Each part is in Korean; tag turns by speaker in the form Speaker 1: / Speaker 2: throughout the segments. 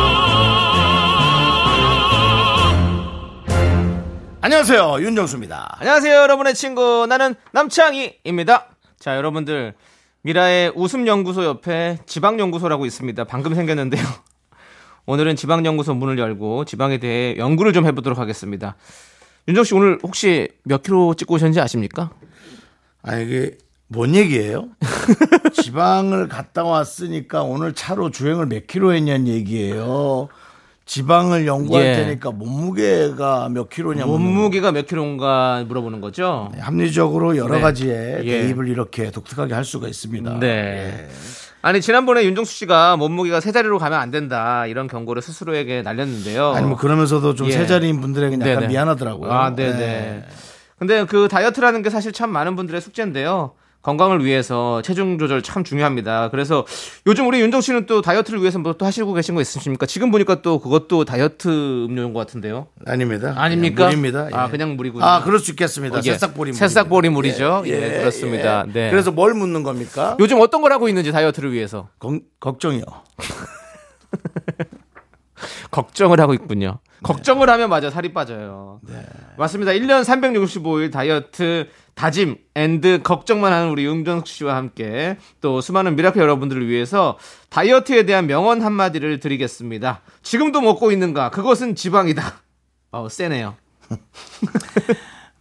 Speaker 1: 안녕하세요 윤정수입니다.
Speaker 2: 안녕하세요, 여러분의 친구. 나는 남창희입니다. 자, 여러분들. 미라의 웃음연구소 옆에 지방연구소라고 있습니다. 방금 생겼는데요. 오늘은 지방연구소 문을 열고 지방에 대해 연구를 좀 해보도록 하겠습니다. 윤정 씨, 오늘 혹시 몇 킬로 찍고 오셨는지 아십니까?
Speaker 1: 아 이게 뭔 얘기예요? 지방을 갔다 왔으니까 오늘 차로 주행을 몇 킬로 했냐는 얘기예요. 지방을 연구할
Speaker 2: 예.
Speaker 1: 테니까 몸무게가 몇 킬로냐
Speaker 2: 몸무게가 몇 킬로인가 물어보는 거죠?
Speaker 1: 네. 합리적으로 여러
Speaker 2: 네.
Speaker 1: 가지에
Speaker 2: 예.
Speaker 1: 대입을 이렇게 독특하게 할 수가 있습니다.
Speaker 2: 네. 아니, 지난번에 윤정수 씨가 몸무게가 세 자리로 가면 안 된다. 이런 경고를 스스로에게 날렸는데요.
Speaker 1: 아니 뭐 그러면서도 좀
Speaker 2: 예.
Speaker 1: 세자리인 분들에게 약간
Speaker 2: 네네.
Speaker 1: 미안하더라고요.
Speaker 2: 아, 네네.
Speaker 1: 네.
Speaker 2: 근데 그 다이어트라는 게 사실 참 많은 분들의 숙제인데요. 건강을 위해서 체중 조절 참 중요합니다. 그래서 요즘 우리 윤정 씨는 또 다이어트를 위해서 뭐 또 하시고 계신 거 있으십니까? 지금 보니까 또 그것도 다이어트 음료인 것 같은데요.
Speaker 1: 아닙니다.
Speaker 2: 아닙니까?
Speaker 1: 예, 물입니다.
Speaker 2: 아, 그냥 물이군요.
Speaker 1: 아, 그럴 수 있겠습니다.
Speaker 2: 예.
Speaker 1: 새싹보리 물.
Speaker 2: 새싹보리 물이죠. 예, 그렇습니다. 네.
Speaker 1: 그래서 뭘 묻는 겁니까?
Speaker 2: 요즘 어떤 걸 하고 있는지 다이어트를 위해서
Speaker 1: 건- 걱정이요.
Speaker 2: 걱정을 하고 있군요. 네. 걱정을 하면 맞아 살이 빠져요. 맞습니다. 1년 365일 다이어트 다짐 앤드 걱정만 하는 우리 윤정숙 씨와 함께 또 수많은 미라클 여러분들을 위해서 다이어트에 대한 명언 한마디를 드리겠습니다. 지금도 먹고 있는가? 그것은 지방이다. 어, 세네요.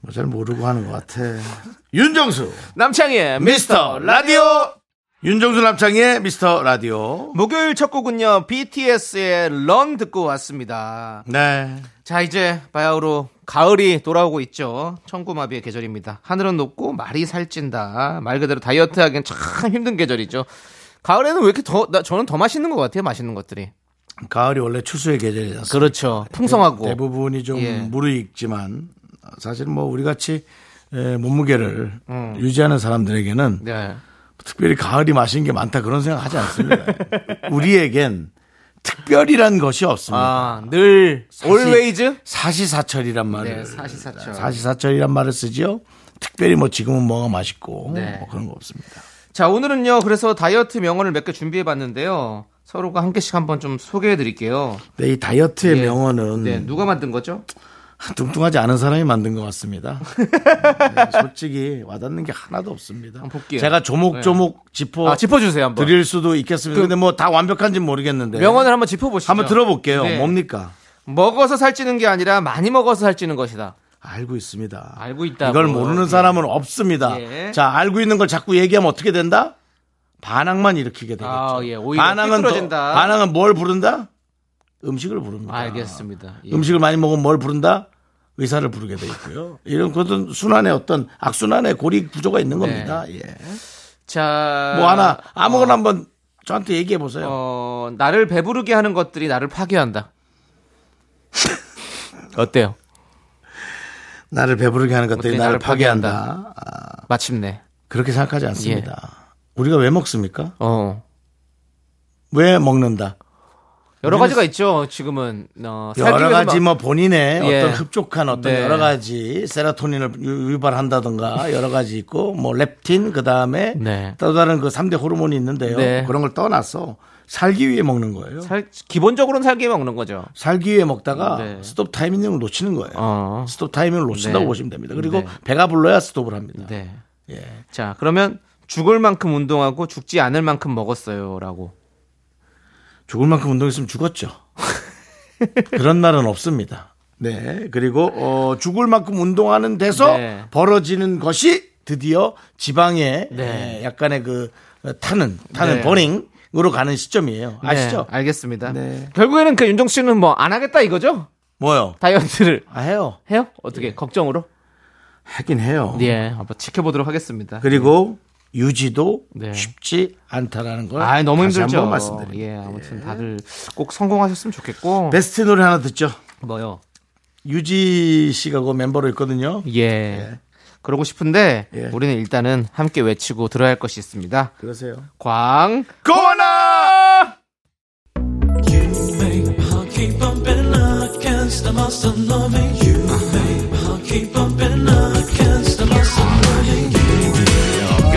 Speaker 1: 뭐잘 모르고 하는 것 같아. 윤정수,
Speaker 2: 남창희의 미-
Speaker 1: 미스터 라디오. 윤정수 남창의 미스터 라디오.
Speaker 2: 목요일 첫 곡은요. BTS의 런 듣고 왔습니다.
Speaker 1: 네.
Speaker 2: 자 이제 바야흐로 가을이 돌아오고 있죠. 청구마비의 계절입니다. 하늘은 높고 말이 살찐다. 말 그대로 다이어트 하기엔 참 힘든 계절이죠. 가을에는 왜 이렇게 더 나, 저는 더 맛있는 것 같아요. 맛있는 것들이.
Speaker 1: 가을이 원래 추수의 계절이잖아요.
Speaker 2: 그렇죠. 풍성하고.
Speaker 1: 대부분이 좀
Speaker 2: 예.
Speaker 1: 무르익지만 사실 뭐 우리 같이 에, 몸무게를 유지하는 사람들에게는
Speaker 2: 네.
Speaker 1: 특별히 가을이 맛있는 게 많다 그런 생각 하지 않습니다. 우리에겐 특별이란 것이 없습니다.
Speaker 2: 아,
Speaker 1: 네.
Speaker 2: 늘
Speaker 1: 사실-
Speaker 2: always
Speaker 1: 사시사철이란 말을
Speaker 2: 네, 사시사철.
Speaker 1: 사시사철이란 말을 쓰지요. 특별히 뭐 지금은 뭐가 맛있고
Speaker 2: 네.
Speaker 1: 뭐 그런 거 없습니다.
Speaker 2: 자, 오늘은요. 그래서 다이어트 명언을 몇 개 준비해 봤는데요. 서로가 한 개씩 한번 좀 소개해 드릴게요.
Speaker 1: 근데 이 다이어트의
Speaker 2: 예.
Speaker 1: 명언은
Speaker 2: 네, 누가 만든 거죠?
Speaker 1: 뚱뚱하지 않은 사람이 만든 것 같습니다. 네, 솔직히 와닿는 게 하나도 없습니다.
Speaker 2: 한번 볼게요.
Speaker 1: 제가 조목조목 짚어
Speaker 2: 아, 짚어 주세요, 한번.
Speaker 1: 드릴 수도 있겠습니다.
Speaker 2: 그-
Speaker 1: 근데 뭐 다 완벽한지는 모르겠는데
Speaker 2: 명언을 한번 짚어 보시죠.
Speaker 1: 한번 들어볼게요.
Speaker 2: 네.
Speaker 1: 뭡니까?
Speaker 2: 먹어서 살찌는 게 아니라 많이 먹어서 살찌는 것이다.
Speaker 1: 알고 있습니다.
Speaker 2: 알고 있다고.
Speaker 1: 이걸 모르는
Speaker 2: 예.
Speaker 1: 사람은 없습니다.
Speaker 2: 예.
Speaker 1: 자, 알고 있는 걸 자꾸 얘기하면 어떻게 된다? 반항만 일으키게 되겠죠.
Speaker 2: 아, 예. 오히려
Speaker 1: 반항은 더-
Speaker 2: 삐뚤어진다.
Speaker 1: 반항은 뭘 부른다? 음식을
Speaker 2: 그러니까.
Speaker 1: 부릅니다.
Speaker 2: 알겠습니다. 예.
Speaker 1: 음식을 많이 먹으면 뭘 부른다? 의사를 부르게 돼 있고요. 이런 것은 순환의 어떤 악순환의 고리 구조가 있는
Speaker 2: 네.
Speaker 1: 겁니다. 예.
Speaker 2: 자,
Speaker 1: 뭐 하나 아무거나 한번 저한테 얘기해 보세요.
Speaker 2: 아, 어, 나를 배부르게 하는 것들이 나를 파괴한다. 어때요?
Speaker 1: 나를 배부르게 하는 것들이
Speaker 2: 어떻게
Speaker 1: 나를
Speaker 2: 나를
Speaker 1: 파괴한다.
Speaker 2: 파괴한다.
Speaker 1: 아,
Speaker 2: 마침내.
Speaker 1: 그렇게 생각하지
Speaker 2: 예.
Speaker 1: 않습니다. 우리가 왜 먹습니까?
Speaker 2: 어.
Speaker 1: 왜 먹는다?
Speaker 2: 여러 가지가 있죠. 지금은 어, 살기
Speaker 1: 여러
Speaker 2: 위해서
Speaker 1: 가지 뭐
Speaker 2: 막-
Speaker 1: 본인의
Speaker 2: 예.
Speaker 1: 어떤 흡족한 어떤
Speaker 2: 네.
Speaker 1: 여러 가지 세라토닌을 유- 유발한다든가 여러 가지 있고 뭐 렙틴 그 다음에
Speaker 2: 네.
Speaker 1: 또 다른 그 3대 호르몬이 있는데요.
Speaker 2: 네.
Speaker 1: 그런 걸 떠나서 살기 위해 먹는 거예요.
Speaker 2: 살, 기본적으로는 살기 위해 먹는 거죠.
Speaker 1: 살기 위해 먹다가
Speaker 2: 네.
Speaker 1: 스톱 타이밍을 놓치는 거예요.
Speaker 2: 어.
Speaker 1: 스톱 타이밍을 놓친다고
Speaker 2: 네.
Speaker 1: 보시면 됩니다. 그리고
Speaker 2: 네.
Speaker 1: 배가 불러야 스톱을 합니다.
Speaker 2: 네.
Speaker 1: 예.
Speaker 2: 자, 그러면 죽을 만큼 운동하고 죽지 않을 만큼 먹었어요라고.
Speaker 1: 죽을 만큼 운동했으면 죽었죠. 그런 날은 없습니다. 네. 그리고 어, 죽을 만큼 운동하는 데서
Speaker 2: 네.
Speaker 1: 벌어지는 것이 드디어 지방에
Speaker 2: 네.
Speaker 1: 예, 약간의 그 어, 타는 타는
Speaker 2: 네.
Speaker 1: 버닝으로 가는 시점이에요. 아시죠?
Speaker 2: 네, 알겠습니다.
Speaker 1: 네.
Speaker 2: 결국에는 그 윤정 씨는 뭐 안 하겠다 이거죠?
Speaker 1: 뭐요?
Speaker 2: 다이어트를
Speaker 1: 아, 해요.
Speaker 2: 해요? 어떻게 걱정으로?
Speaker 1: 하긴 해요.
Speaker 2: 예, 한번 지켜보도록 하겠습니다.
Speaker 1: 그리고 유지도
Speaker 2: 네.
Speaker 1: 쉽지 않다라는 걸
Speaker 2: 아, 너무
Speaker 1: 다시
Speaker 2: 힘들죠.
Speaker 1: 한번 예. 말씀드립니다. 네.
Speaker 2: 예, 아무튼 다들 꼭 성공하셨으면 좋겠고.
Speaker 1: 베스트 노래 하나 듣죠.
Speaker 2: 뭐요?
Speaker 1: 유지 씨가 그 멤버로 있거든요.
Speaker 2: 예. 그러고 싶은데
Speaker 1: 예.
Speaker 2: 우리는 일단은 함께 외치고 들어야 할 것이 있습니다.
Speaker 1: 그러세요.
Speaker 2: 광.
Speaker 1: 고나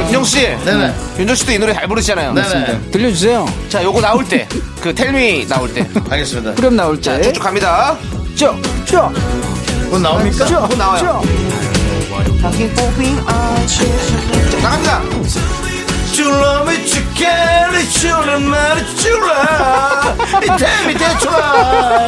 Speaker 2: 윤정 씨.
Speaker 1: 네네.
Speaker 2: 윤정 씨도 이 노래 잘 부르시잖아요.
Speaker 1: 네네.
Speaker 3: 들려주세요.
Speaker 2: 자, 요거 나올 때. 그 텔미 나올 때.
Speaker 1: 알겠습니다.
Speaker 3: 그럼 나올 때.
Speaker 2: 쭉쭉 갑니다.
Speaker 3: 쭉, 쭉,
Speaker 1: 곧 나옵니까?
Speaker 2: 곧 나와요.
Speaker 3: 쭉.
Speaker 2: 자, 나갑니다.
Speaker 1: You love me, you care, you love me, you love. 이 템이 대출아.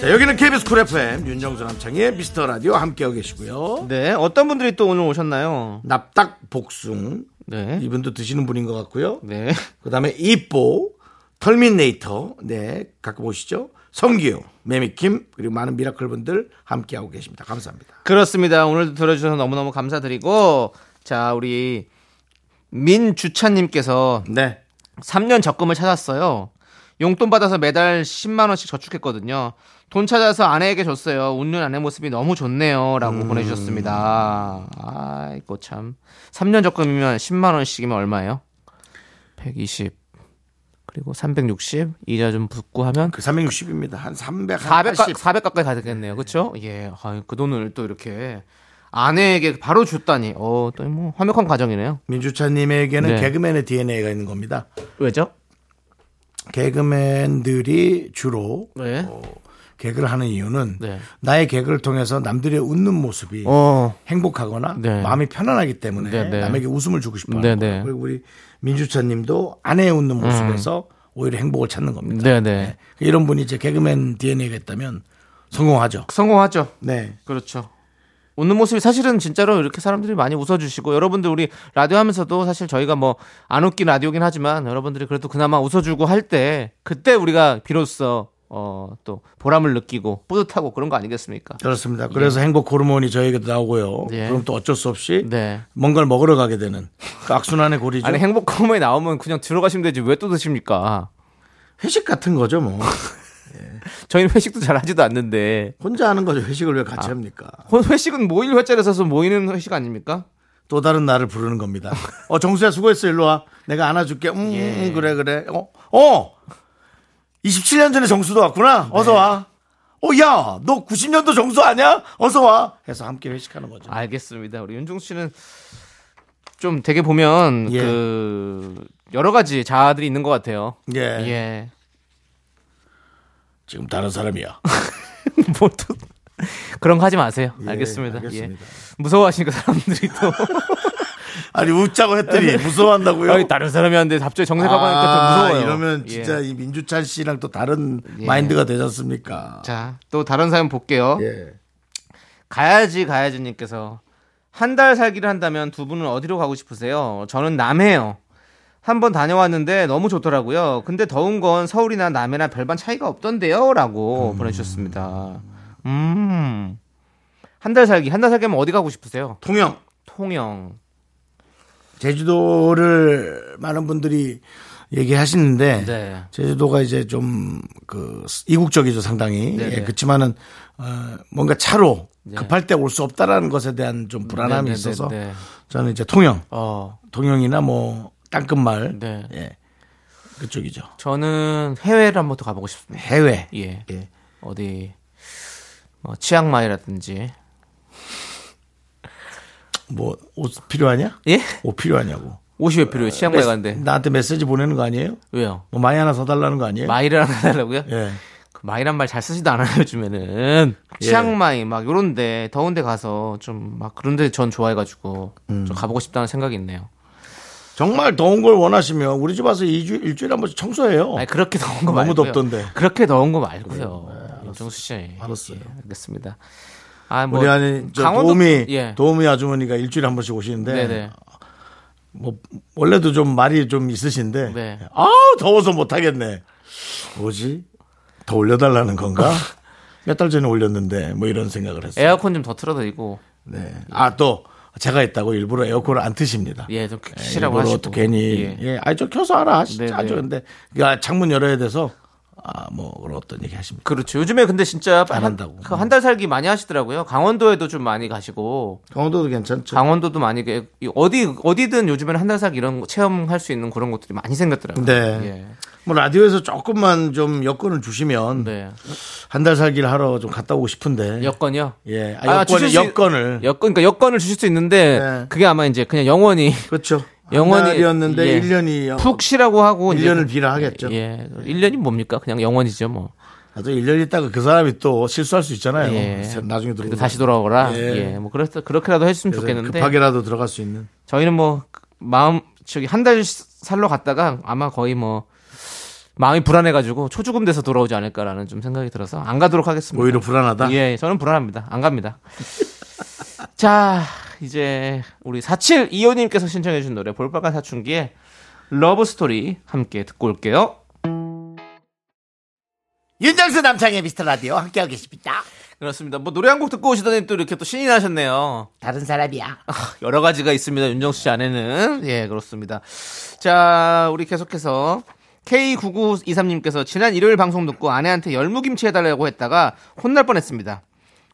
Speaker 1: 자, 여기는 KBS 쿨 FM 윤정수 남창희의 미스터 라디오 함께하고 계시고요.
Speaker 2: 네. 어떤 분들이 또 오늘 오셨나요?
Speaker 1: 납작 복숭
Speaker 2: 네.
Speaker 1: 이분도 드시는 분인 것 같고요.
Speaker 2: 네.
Speaker 1: 그다음에 이뽀 털미네이터 네 가끔 오시죠. 성기요 매미킴 그리고 많은 미라클 분들 함께하고 계십니다. 감사합니다.
Speaker 2: 그렇습니다. 오늘도 들어주셔서 너무너무 감사드리고, 자, 우리 민주찬님께서
Speaker 1: 네
Speaker 2: 3년 적금을 찾았어요. 용돈 받아서 매달 10만원씩 저축했거든요. 돈 찾아서 아내에게 줬어요. 웃는 아내 모습이 너무 좋네요. 라고 보내주셨습니다. 아이고, 참. 3년 적금이면 10만원씩이면 얼마예요? 120. 그리고 360. 이자 좀 붙고 하면
Speaker 1: 그 360입니다. 한 300, 한
Speaker 2: 400,
Speaker 1: 80.
Speaker 2: 400 가까이 가겠네요. 그렇죠? 예. 아, 그 돈을 또 이렇게 아내에게 바로 줬다니. 어, 또 뭐 화목한 가정이네요.
Speaker 1: 민주차님에게는
Speaker 2: 네.
Speaker 1: 개그맨의 DNA가 있는 겁니다.
Speaker 2: 왜죠?
Speaker 1: 개그맨들이 주로
Speaker 2: 네.
Speaker 1: 개그를 하는 이유는
Speaker 2: 네.
Speaker 1: 나의 개그를 통해서 남들의 웃는 모습이
Speaker 2: 어.
Speaker 1: 행복하거나
Speaker 2: 네.
Speaker 1: 마음이 편안하기 때문에
Speaker 2: 네, 네.
Speaker 1: 남에게 웃음을 주고 싶어
Speaker 2: 네, 음.
Speaker 1: 하는 거예요.
Speaker 2: 네.
Speaker 1: 그리고 우리 민주차님도 아내의 웃는 모습에서 오히려 행복을 찾는 겁니다.
Speaker 2: 네, 네.
Speaker 1: 이런 분이 이제 개그맨 DNA가 있다면 성공하죠.
Speaker 2: 성공하죠.
Speaker 1: 네.
Speaker 2: 그렇죠. 웃는 모습이 사실은 진짜로 이렇게 사람들이 많이 웃어주시고 여러분들 우리 라디오 하면서도 사실 저희가 뭐 안 웃긴 라디오긴 하지만 여러분들이 그래도 그나마 웃어주고 할 때 그때 우리가 비로소 어, 또 보람을 느끼고 뿌듯하고 그런 거 아니겠습니까?
Speaker 1: 그렇습니다. 그래서 행복 호르몬이 저에게도 나오고요.
Speaker 2: 네.
Speaker 1: 그럼 또 어쩔 수 없이
Speaker 2: 예. 네.
Speaker 1: 뭔가를 먹으러 가게 되는 그 악순환의 고리죠.
Speaker 2: 아니 행복 코너에 나오면 그냥 들어가시면 되지 왜 또 드십니까?
Speaker 1: 회식 같은 거죠, 뭐.
Speaker 2: 저희는 회식도 잘 하지도 않는데
Speaker 1: 혼자 하는 거죠. 회식을 왜
Speaker 2: 아.
Speaker 1: 같이 합니까?
Speaker 2: 혼- 회식은 모일 회자리에 서서 모이는 회식 아닙니까?
Speaker 1: 또 다른 나를 부르는 겁니다. 어, 정수야 수고했어. 일로 와. 내가 안아줄게. 음,
Speaker 2: 예.
Speaker 1: 음, 그래, 그래. 어, 어! 27년 전에 정수도 왔구나.
Speaker 2: 네.
Speaker 1: 어서 와. 어, 야, 너 90년도 정수 아니야? 어서 와. 해서 함께 회식하는
Speaker 2: 아,
Speaker 1: 거죠.
Speaker 2: 알겠습니다. 우리 윤종 씨는 좀 되게 보면
Speaker 1: 예.
Speaker 2: 그 여러 가지 자아들이 있는 것 같아요.
Speaker 1: 예.
Speaker 2: 예.
Speaker 1: 지금 다른 사람이야.
Speaker 2: 뭐 또 그런 거 하지 마세요.
Speaker 1: 예,
Speaker 2: 알겠습니다.
Speaker 1: 알겠습니다.
Speaker 2: 예. 무서워하시니까 사람들이 또
Speaker 1: 아니, 웃자고 했더니 무서워한다고요? 아,
Speaker 2: 아니, 다른 사람이 하는데 갑자기 정색하고 하니까 좀 무서워요.
Speaker 1: 이러면
Speaker 2: 예.
Speaker 1: 진짜 이 민주찬 씨랑 또 다른
Speaker 2: 예.
Speaker 1: 마인드가 되지 않습니까?
Speaker 2: 자, 또 다른 사연 볼게요.
Speaker 1: 예.
Speaker 2: 가야지 가야지님께서 한 달 살기를 한다면 두 분은 어디로 가고 싶으세요? 저는 남해요. 한번 다녀왔는데 너무 좋더라고요. 근데 더운 건 서울이나 남해나 별반 차이가 없던데요라고 보내주셨습니다. 음. 한 달 살기 한 달 살기면 어디 가고 싶으세요?
Speaker 1: 통영.
Speaker 2: 통영.
Speaker 1: 제주도를 많은 분들이 얘기하시는데
Speaker 2: 네.
Speaker 1: 제주도가 이제 좀 그 이국적이죠 상당히
Speaker 2: 네네. 네.
Speaker 1: 예, 그렇지만은 어, 뭔가 차로 급할 때 올 수 없다라는 것에 대한 좀 불안함이
Speaker 2: 네네네네.
Speaker 1: 있어서 저는 이제 통영
Speaker 2: 어.
Speaker 1: 통영이나 뭐 땅끝마을
Speaker 2: 네.
Speaker 1: 예, 그쪽이죠
Speaker 2: 저는 해외를 한번 더 가보고 싶습니다.
Speaker 1: 해외
Speaker 2: 예.
Speaker 1: 예.
Speaker 2: 어디 뭐 치앙마이라든지.
Speaker 1: 뭐 옷 필요하냐
Speaker 2: 예?
Speaker 1: 옷 필요하냐고
Speaker 2: 옷이 왜
Speaker 1: 아,
Speaker 2: 필요해요?
Speaker 1: 네.
Speaker 2: 치앙마이 가는데.
Speaker 1: 나한테 메시지 보내는 거 아니에요
Speaker 2: 왜요?
Speaker 1: 뭐 많이 하나 사달라는 거 아니에요
Speaker 2: 마이를 하나 달라고요?
Speaker 1: 예
Speaker 2: 그 마이란 말 잘 쓰지도 않아요 요즘에는 치앙마이 막 요런데 더운데 가서 좀 막 그런데 전 좋아해가지고
Speaker 1: 음.
Speaker 2: 좀 가보고 싶다는 생각이 있네요.
Speaker 1: 정말 더운 걸 원하시면 우리 집 와서 이주 일주일에 한 번씩 청소해요
Speaker 2: 아니 그렇게 더운 거
Speaker 1: 어. 너무
Speaker 2: 말고요.
Speaker 1: 덥던데. 예.
Speaker 2: 그렇게 더운 거 말고요. 윤정수 씨.
Speaker 1: 알았어요.
Speaker 2: 예, 알겠습니다. 아, 뭐
Speaker 1: 우리 아니 저
Speaker 2: 강원도-
Speaker 1: 도우미
Speaker 2: 예.
Speaker 1: 도우미 아주머니가 일주일에 한 번씩 오시는데
Speaker 2: 네네.
Speaker 1: 뭐 원래도 좀 말이 좀 있으신데
Speaker 2: 네.
Speaker 1: 아 더워서 못 하겠네. 뭐지? 더 올려달라는 건가? 몇 달 전에 올렸는데 뭐 이런 생각을 했어요.
Speaker 2: 에어컨 좀 더 틀어드리고
Speaker 1: 네. 아 또 제가 있다고 일부러 에어컨을 안 트십니다.
Speaker 2: 예, 좀 키시라고
Speaker 1: 일부러
Speaker 2: 하시고.
Speaker 1: 또 괜히
Speaker 2: 예.
Speaker 1: 예, 아니 저 켜서 알아
Speaker 2: 네,
Speaker 1: 진짜
Speaker 2: 네.
Speaker 1: 아주 근데 야, 창문 열어야 돼서 아 뭐 그런 어떤 얘기 하십니까?
Speaker 2: 그렇죠. 요즘에 근데 진짜
Speaker 1: 안
Speaker 2: 한-
Speaker 1: 한다고.
Speaker 2: 그한달 살기 많이 하시더라고요. 강원도에도 좀 많이 가시고
Speaker 1: 강원도도 괜찮죠.
Speaker 2: 강원도도 많이 가- 어디 어디든 요즘에는 한 달 살기 이런 거 체험할 수 있는 그런 것들이 많이 생겼더라고요.
Speaker 1: 네. 뭐 라디오에서 조금만 좀 여건을 주시면
Speaker 2: 예. 네.
Speaker 1: 한 달 살기를 하러 좀 갔다 오고 싶은데
Speaker 2: 여건요.
Speaker 1: 예 아, 여건
Speaker 2: 주실 수-
Speaker 1: 여건을
Speaker 2: 여건 그러니까 여건을 주실 수 있는데
Speaker 1: 네.
Speaker 2: 그게 아마 이제 그냥 영원히
Speaker 1: 그렇죠
Speaker 2: 영원히-
Speaker 1: 영원이었는데
Speaker 2: 예.
Speaker 1: 1년이
Speaker 2: 푹 쉬라고 하고 이제 그-
Speaker 1: 1년을 비라 하겠죠
Speaker 2: 예. 1년이 뭡니까? 그냥 영원이죠, 뭐.
Speaker 1: 아, 또 1년 있다가 그 사람이 또 실수할 수 있잖아요
Speaker 2: 예.
Speaker 1: 나중에 들어
Speaker 2: 그래도 다시 돌아오라.
Speaker 1: 예.
Speaker 2: 예. 뭐 그래서 그렇게라도 했으면 좋겠는데
Speaker 1: 급하게라도 들어갈 수 있는
Speaker 2: 저희는 뭐 마음 저기 한 달 살러 갔다가 아마 거의 뭐 마음이 불안해가지고 초주금 돼서 돌아오지 않을까라는 좀 생각이 들어서 안 가도록 하겠습니다.
Speaker 1: 오히려 불안하다
Speaker 2: 예, 저는 불안합니다. 안 갑니다. 자, 이제 우리 4725님께서 신청해주신 노래 볼빨간 사춘기의 러브스토리 함께 듣고 올게요.
Speaker 1: 윤정수 남창의 미스터 라디오 함께하고 계십니다
Speaker 2: 그렇습니다. 뭐 노래 한 곡 듣고 오시더니 또 이렇게 또 신이 나셨네요. 아,
Speaker 1: 다른 사람이야
Speaker 2: 여러 가지가 있습니다. 윤정수 씨 안에는. 예, 그렇습니다. 자, 우리 계속해서 K9923님께서 지난 일요일 방송 듣고 아내한테 열무김치 해달라고 했다가 혼날 뻔했습니다.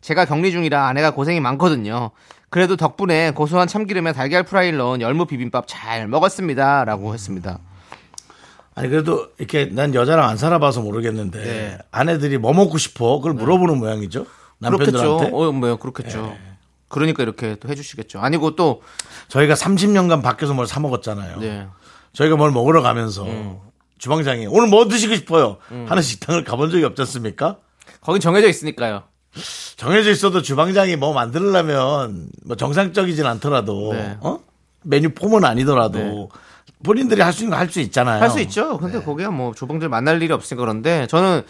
Speaker 2: 제가 격리 중이라 아내가 고생이 많거든요. 그래도 덕분에 고소한 참기름에 달걀 프라이를 넣은 열무 비빔밥 잘 먹었습니다. 라고 했습니다.
Speaker 1: 아니 그래도 이렇게 난 여자랑 안 살아봐서 모르겠는데
Speaker 2: 네.
Speaker 1: 아내들이 뭐 먹고 싶어 그걸 물어보는 모양이죠
Speaker 2: 그렇겠죠.
Speaker 1: 남편들한테 예.
Speaker 2: 어, 뭐요. 그렇겠죠. 그러니까 이렇게 또 해주시겠죠. 아니고 또,
Speaker 1: 저희가 30년간 밖에서 뭘 사 먹었잖아요.
Speaker 2: 네. 음.
Speaker 1: 저희가 뭘 먹으러 가면서 주방장이 오늘 뭐 드시고 싶어요? 하는 식당을 가본 적이 없지 않습니까?
Speaker 2: 거긴 정해져 있으니까요.
Speaker 1: 정해져 있어도 주방장이 뭐 만들려면 뭐 정상적이진 않더라도
Speaker 2: 네.
Speaker 1: 어? 메뉴 폼은 아니더라도
Speaker 2: 네.
Speaker 1: 본인들이 할 수 있는 거 할 수 있잖아요. 네.
Speaker 2: 할 수 있죠. 근데 거기야 뭐 조봉들 만날 일이 없으니까 그런데 저는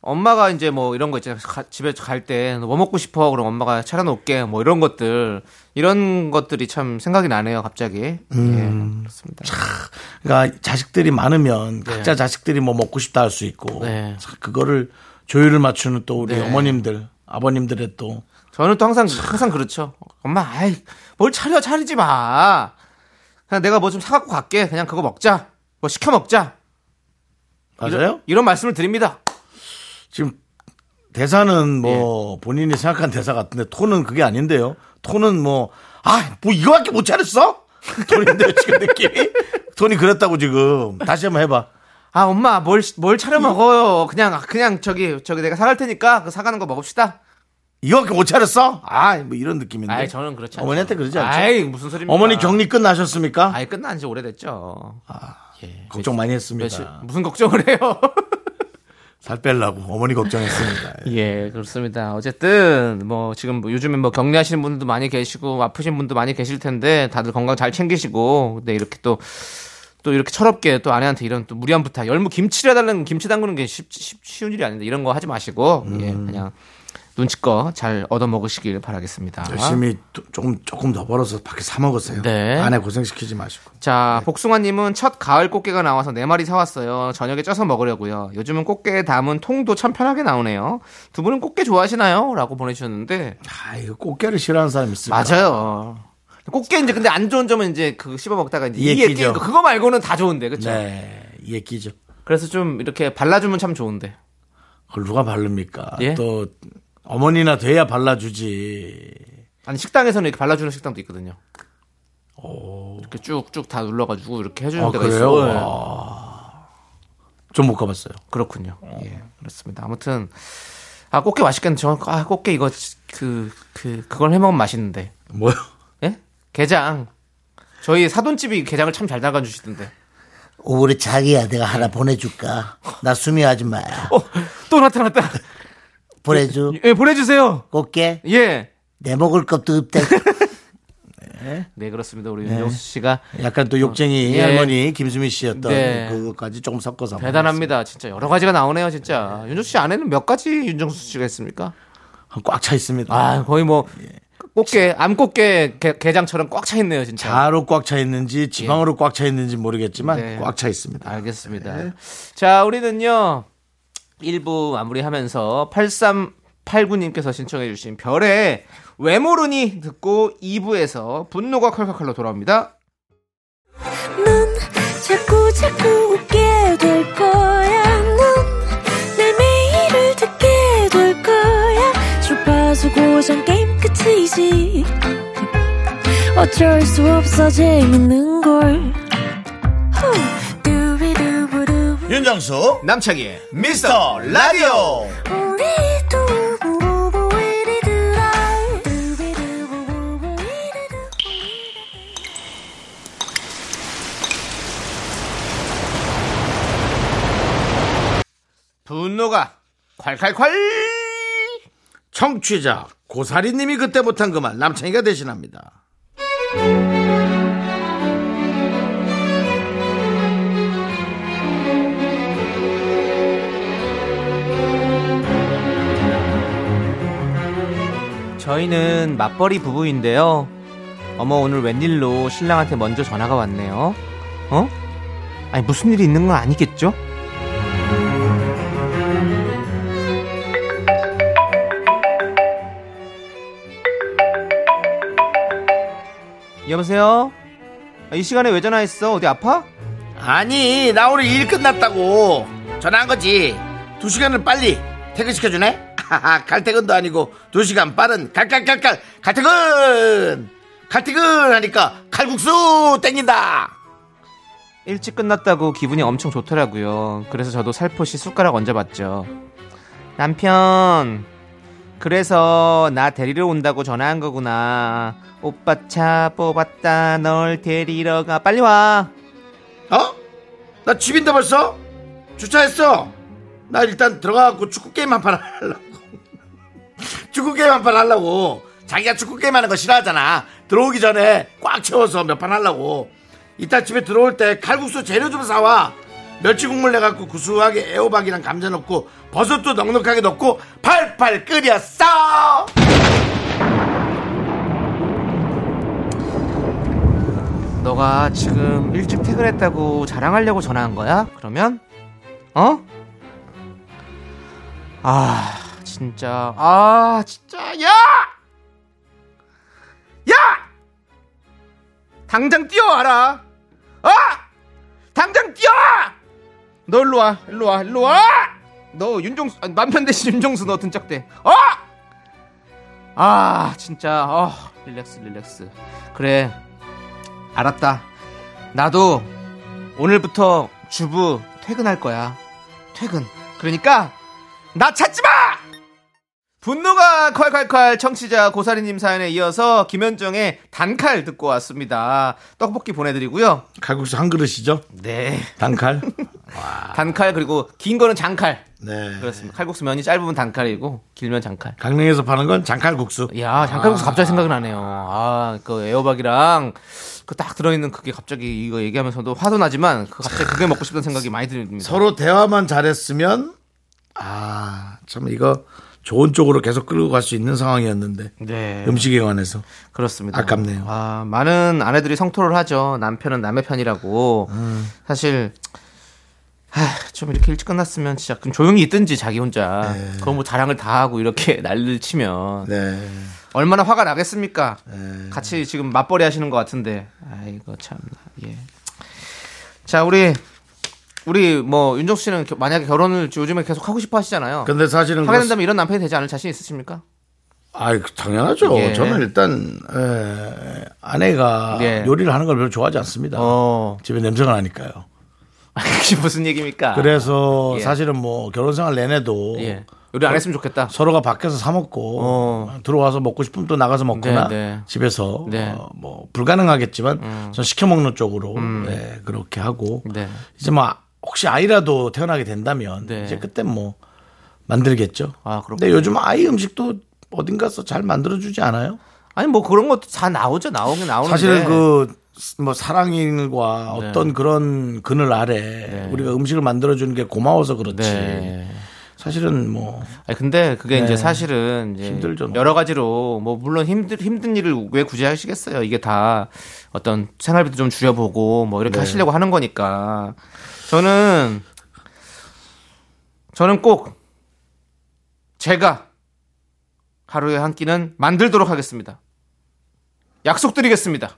Speaker 2: 엄마가 이제 뭐 이런 거 있잖아요. 가- 집에 갈 때 뭐 먹고 싶어? 그럼 엄마가 차려놓을게. 뭐 이런 것들 이런 것들이 참 생각이 나네요. 갑자기.
Speaker 1: 음.
Speaker 2: 예, 그렇습니다.
Speaker 1: 그러니까 자식들이 많으면 각자 자식들이 뭐 먹고 싶다 할 수 있고
Speaker 2: 네.
Speaker 1: 참 그거를 조율을 맞추는 또 우리
Speaker 2: 네.
Speaker 1: 어머님들 아버님들의 또
Speaker 2: 저는 또 항상 항상 그렇죠. 엄마, 아이 뭘 차려 차리지 마. 그냥 내가 뭐 좀 사갖고 갈게. 그냥 그거 먹자. 뭐 시켜 먹자.
Speaker 1: 맞아요?
Speaker 2: 이런, 이런 말씀을 드립니다.
Speaker 1: 지금 대사는 뭐
Speaker 2: 예.
Speaker 1: 본인이 생각한 대사 같은데 톤은 그게 아닌데요. 톤은 뭐, 아, 뭐 이거밖에 못 차렸어? 톤인데요, 지금 느낌이? 톤이 그랬다고 지금. 다시 한번 해봐.
Speaker 2: 아 엄마 뭘 뭘 차려 먹어요. 그냥 그냥 저기 저기 내가 사갈 테니까 그 사가는 거 먹읍시다.
Speaker 1: 이거밖에 못 차렸어? 아, 뭐 이런 느낌인데.
Speaker 2: 아이 저는 그렇지 않죠.
Speaker 1: 어머니한테 그러지 않죠?
Speaker 2: 아이 무슨 소리입니까?
Speaker 1: 어머니 격리 끝나셨습니까?
Speaker 2: 아이 끝난 지 오래됐죠. 예.
Speaker 1: 걱정 많이
Speaker 2: 몇 시-
Speaker 1: 했습니다.
Speaker 2: 무슨 걱정을 해요?
Speaker 1: 살 빼려고 어머니 걱정했습니다. 예.
Speaker 2: 예, 그렇습니다. 어쨌든 뭐 지금 뭐 요즘에 뭐 격리하시는 분들도 많이 계시고 아프신 분도 많이 계실 텐데 다들 건강 잘 챙기시고 근데 이렇게 또 또 이렇게 철없게 또 아내한테 이런 또 무리한 부탁 열무 김치를 해달라는 김치 담그는 게 쉽, 쉽, 쉬운 일이 아닌데 이런 거 하지 마시고 예,
Speaker 1: 음.
Speaker 2: 그냥 눈치껏 잘 얻어 먹으시길 바라겠습니다.
Speaker 1: 열심히 조- 조금, 조금 더 벌어서 밖에 사먹으세요.
Speaker 2: 네.
Speaker 1: 아내 고생시키지 마시고.
Speaker 2: 자, 복숭아님은 첫 가을 꽃게가 나와서 네 마리 사왔어요. 저녁에 쪄서 먹으려고요. 요즘은 꽃게에 담은 통도 참 편하게 나오네요. 두 분은 꽃게 좋아하시나요? 라고 보내주셨는데.
Speaker 1: 아, 이거 꽃게를 싫어하는 사람 있습니다.
Speaker 2: 맞아요. 꽃게 이제 근데 안 좋은 점은 이제 그 씹어 먹다가 이제
Speaker 1: 이에
Speaker 2: 이에
Speaker 1: 끼죠.
Speaker 2: 끼니까 그거 말고는 다 좋은데, 그쵸?
Speaker 1: 네. 이해 끼죠.
Speaker 2: 그래서 좀 이렇게 발라주면 참 좋은데.
Speaker 1: 그걸 누가 바릅니까?
Speaker 2: 예?
Speaker 1: 또 어머니나 돼야 발라주지.
Speaker 2: 아니, 식당에서는 이렇게 발라주는 식당도 있거든요. 이렇게 쭉쭉 다 눌러가지고 이렇게 해주는
Speaker 1: 아,
Speaker 2: 데가
Speaker 1: 그래요?
Speaker 2: 있어요. 네.
Speaker 1: 좀 못 가봤어요.
Speaker 2: 그렇군요. 예, 그렇습니다. 아무튼 아 꽃게 맛있겠는데 저 아, 꽃게 이거 그 그 그, 걸해 먹으면 맛있는데.
Speaker 1: 뭐요?
Speaker 2: 예? 게장. 저희 사돈집이 게장을 참 잘 담가 주시던데.
Speaker 1: 우리 자기야, 내가 하나 보내줄까? 나 수미 아줌마야.
Speaker 2: 어, 또 나타났다.
Speaker 1: 보내줘.
Speaker 2: 예, 보내 주세요.
Speaker 1: 꽃게.
Speaker 2: 예.
Speaker 1: 내 먹을 것도 없다.
Speaker 2: 네, 그렇습니다. 우리 윤정수 씨가
Speaker 1: 약간 또 욕쟁이
Speaker 2: 예.
Speaker 1: 할머니 김수미 씨였던
Speaker 2: 네.
Speaker 1: 그것까지 조금 섞어서.
Speaker 2: 네. 대단합니다. 진짜 여러 가지가 나오네요, 진짜. 윤정수 씨 안에는 몇 가지 윤정수 씨가 있습니까?
Speaker 1: 보냈어요. 꽉 차 있습니다.
Speaker 2: 아, 거의 뭐 꽃게, 암꽃게 게- 게장처럼 꽉 차 있네요, 진짜.
Speaker 1: 자로 꽉 차 있는지 지방으로 꽉 차 있는지 모르겠지만
Speaker 2: 네.
Speaker 1: 꽉 차 있습니다.
Speaker 2: 알겠습니다. 자, 우리는요. 1부 마무리하면서 8389님께서 신청해 주신 별의 외모르니 듣고 2부에서 분노가 칼칼칼로 돌아옵니다.
Speaker 3: 넌 자꾸 자꾸 웃게 될 거야. 넌내 매일을 듣게 될 거야. 주파수 고정 게임 끝이지. 어쩔 수 없어 재밌는 걸. 후. 두비두부두.
Speaker 1: 윤정수
Speaker 2: 남창희의
Speaker 1: 미스터 라디오
Speaker 3: 우리 두부부부 우리 두라. 두비두부부부 우리 두부부.
Speaker 2: 분노가 콸콸콸!
Speaker 1: 청취자 고사리님이 그때 못한 그 말 남창희가 대신합니다.
Speaker 2: 저희는 맞벌이 부부인데요. 어머 오늘 웬일로 신랑한테 먼저 전화가 왔네요. 어? 아니 무슨 일이 있는 건 아니겠죠? 여보세요? 아, 이 시간에 왜 전화했어? 어디 아파?
Speaker 1: 아니 나 오늘 일 끝났다고 전화한 거지. 두 시간을 빨리 퇴근 시켜주네. 하하, 갈퇴근도 아니고 두 시간 빠른 갈갈갈갈 갈퇴근 갈퇴근 하니까 칼국수 땡긴다.
Speaker 2: 일찍 끝났다고 기분이 엄청 좋더라고요. 그래서 저도 살포시 숟가락 얹어봤죠. 남편, 그래서 나 데리러 온다고 전화한 거구나. 오빠 차 뽑았다. 널 데리러 가. 빨리 와.
Speaker 1: 어? 나 집인데 벌써? 주차했어. 나 일단 들어가갖고 축구 게임 한 판 하려고. 축구 게임 한 판 하려고. 자기가 축구 게임 하는 거 싫어하잖아. 들어오기 전에 꽉 채워서 몇 판 하려고. 이따 집에 들어올 때 칼국수 재료 좀 사와. 멸치 국물 내갖고 구수하게 애호박이랑 감자 넣고 버섯도 넉넉하게 넣고 팔팔 끓였어.
Speaker 2: 너가 지금 일찍 퇴근했다고 자랑하려고 전화한 거야? 그러면? 어? 아, 진짜. 아, 진짜. 야! 야! 당장 뛰어와라! 어! 당장 뛰어와! 너 일로 와, 일로 와, 일로 와! 너 윤종수, 아니, 남편 대신 윤종수 너 등짝대. 어! 아, 진짜. 어, 릴렉스, 릴렉스. 그래, 알았다. 나도 오늘부터 주부 퇴근할 거야. 퇴근. 그러니까 나 찾지 마! 분노가 콸콸콸 청취자 고사리님 사연에 이어서 김현정의 단칼 듣고 왔습니다. 떡볶이 보내드리고요.
Speaker 1: 칼국수 한 그릇이죠?
Speaker 2: 네.
Speaker 1: 단칼?
Speaker 2: 단칼 그리고 긴 거는 장칼.
Speaker 1: 네.
Speaker 2: 그렇습니다. 칼국수 면이 짧으면 단칼이고 길면 장칼.
Speaker 1: 강릉에서 파는 건 장칼국수.
Speaker 2: 야 장칼국수 갑자기 생각이 나네요. 아, 그 애호박이랑 그 딱 들어있는 그게 갑자기 이거 얘기하면서도 화도 나지만 그 갑자기 그게 먹고 싶다는 생각이 많이 듭니다.
Speaker 1: 서로 대화만 잘했으면 아 참 이거 좋은 쪽으로 계속 끌고 갈 수 있는 상황이었는데
Speaker 2: 네,
Speaker 1: 음식에 관해서
Speaker 2: 그렇습니다.
Speaker 1: 아깝네요.
Speaker 2: 아, 많은 아내들이 성토를 하죠. 남편은 남의 편이라고.
Speaker 1: 음.
Speaker 2: 사실 하, 좀 이렇게 일찍 끝났으면 진짜 좀 조용히 있든지 자기 혼자 그럼 뭐 자랑을 다 하고 이렇게 난리를 치면
Speaker 1: 네
Speaker 2: 얼마나 화가 나겠습니까? 같이 지금 맞벌이 하시는 것 같은데. 아이고 참. 예. 자, 우리 우리 뭐 윤정수 씨는 겨- 만약에 결혼을 요즘에 계속 하고 싶어 하시잖아요.
Speaker 1: 근데 사실은
Speaker 2: 하게
Speaker 1: 그렇...
Speaker 2: 된다면 이런 남편이 되지 않을 자신 있으십니까?
Speaker 1: 아 당연하죠
Speaker 2: 예.
Speaker 1: 저는 일단 에, 아내가
Speaker 2: 예.
Speaker 1: 요리를 하는 걸 별로 좋아하지 않습니다
Speaker 2: 어.
Speaker 1: 집에 냄새가 나니까요
Speaker 2: 그게 무슨 얘기입니까?
Speaker 1: 그래서
Speaker 2: 예.
Speaker 1: 사실은 뭐 결혼생활 내내도
Speaker 2: 예. 요리 안 했으면 좋겠다.
Speaker 1: 서로가 밖에서 사 먹고
Speaker 2: 어.
Speaker 1: 들어와서 먹고 싶으면 또 나가서 먹거나
Speaker 2: 네, 네.
Speaker 1: 집에서
Speaker 2: 네. 음.
Speaker 1: 어, 뭐 불가능하겠지만 전 시켜 먹는 쪽으로 네, 그렇게 하고
Speaker 2: 네.
Speaker 1: 이제 뭐 혹시 아이라도 태어나게 된다면
Speaker 2: 네.
Speaker 1: 이제 그때 뭐 만들겠죠.
Speaker 2: 아, 그렇군요.
Speaker 1: 근데 요즘 아이 음식도 어딘가서 잘 만들어 주지 않아요?
Speaker 2: 아니 뭐 그런 것도 다 나오죠. 나오긴 나오는데. 네.
Speaker 1: 사실은 그 뭐 사랑과 어떤 그런 그늘 아래 우리가 음식을 만들어 주는 게 고마워서 그렇지.
Speaker 2: 네.
Speaker 1: 사실은 뭐
Speaker 2: 아니, 근데 그게
Speaker 1: 네.
Speaker 2: 이제 사실은 이제
Speaker 1: 힘들죠, 뭐.
Speaker 2: 여러 가지로 뭐 물론 힘들 힘든 일을 왜 굳이 하시겠어요? 이게 다 어떤 생활비도 좀 줄여보고 뭐
Speaker 1: 네.
Speaker 2: 이렇게 하시려고 하는 거니까 저는 저는 꼭 제가 하루에 한 끼는 만들도록 하겠습니다. 약속드리겠습니다.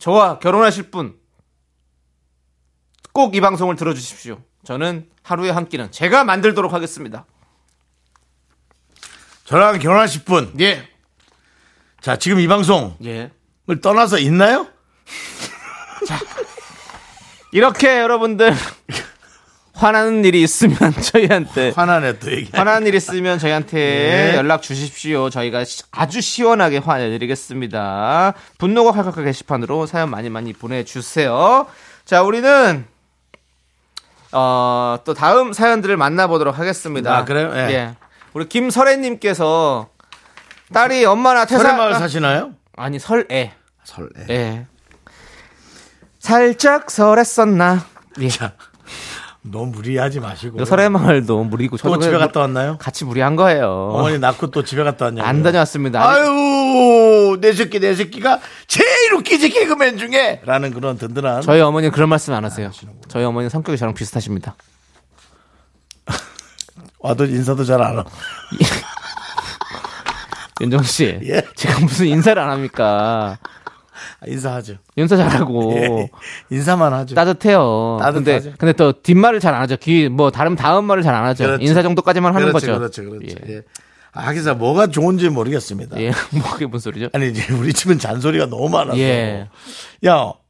Speaker 2: 저와 결혼하실 분 꼭 이 방송을 들어주십시오. 저는 하루에 한 끼는 제가 만들도록 하겠습니다.
Speaker 1: 저랑 결혼하실 분.
Speaker 2: 예.
Speaker 1: 자, 지금 이 방송을
Speaker 2: 예.
Speaker 1: 떠나서 있나요?
Speaker 2: 이렇게 여러분들 화나는 일이 있으면 저희한테
Speaker 1: 화나네 또 얘기.
Speaker 2: 화나는 일이 있으면 저희한테
Speaker 1: 예.
Speaker 2: 연락 주십시오. 저희가 시- 아주 시원하게 화내드리겠습니다. 분노가 칼칼칼 게시판으로 사연 많이 많이 보내주세요. 자, 우리는 어, 또 다음 사연들을 만나보도록 하겠습니다.
Speaker 1: 아, 그래요? 예.
Speaker 2: 우리 김설애님께서 딸이 엄마나 퇴사
Speaker 1: 설마을 사시나요?
Speaker 2: 아니 설애
Speaker 1: 설레.
Speaker 2: 예. 살짝 설했었나? 예.
Speaker 1: 자, 너무 무리하지 마시고.
Speaker 2: 그 설의 마을도 무리고
Speaker 1: 또
Speaker 2: 저도
Speaker 1: 집에
Speaker 2: 그냥
Speaker 1: 갔다 왔나요?
Speaker 2: 같이 무리한 거예요.
Speaker 1: 어머니 낳고 또 집에 갔다 왔냐고.
Speaker 2: 안 다녀왔습니다. 아니,
Speaker 1: 아유, 내 새끼, 내 새끼가 제일 웃기지, 개그맨 중에! 라는 그런 든든한.
Speaker 2: 저희 어머니는 그런 말씀 안
Speaker 1: 아,
Speaker 2: 하세요. 저희 어머니는 성격이 저랑 비슷하십니다.
Speaker 1: 와도 인사도 잘 안 하고.
Speaker 2: 윤정 씨,
Speaker 1: 예.
Speaker 2: 제가 무슨 인사를 안 합니까?
Speaker 1: 아, 인사하죠.
Speaker 2: 인사 잘하고
Speaker 1: 예. 인사만 하죠.
Speaker 2: 따뜻해요.
Speaker 1: 따뜻하죠.
Speaker 2: 근데 근데 또 뒷말을 잘 안 하죠. 귀 뭐 다른 다음 말을 잘 안 하죠.
Speaker 1: 그렇죠.
Speaker 2: 인사 정도까지만 하는
Speaker 1: 그렇죠,
Speaker 2: 거죠.
Speaker 1: 그렇죠, 그렇죠. 예. 아, 하기사 뭐가 좋은지 모르겠습니다.
Speaker 2: 예, 예. 뭐 그게 무슨 소리죠?
Speaker 1: 아니, 이제 우리 집은 잔소리가 너무 많아서.
Speaker 2: 예.
Speaker 1: 야, 어,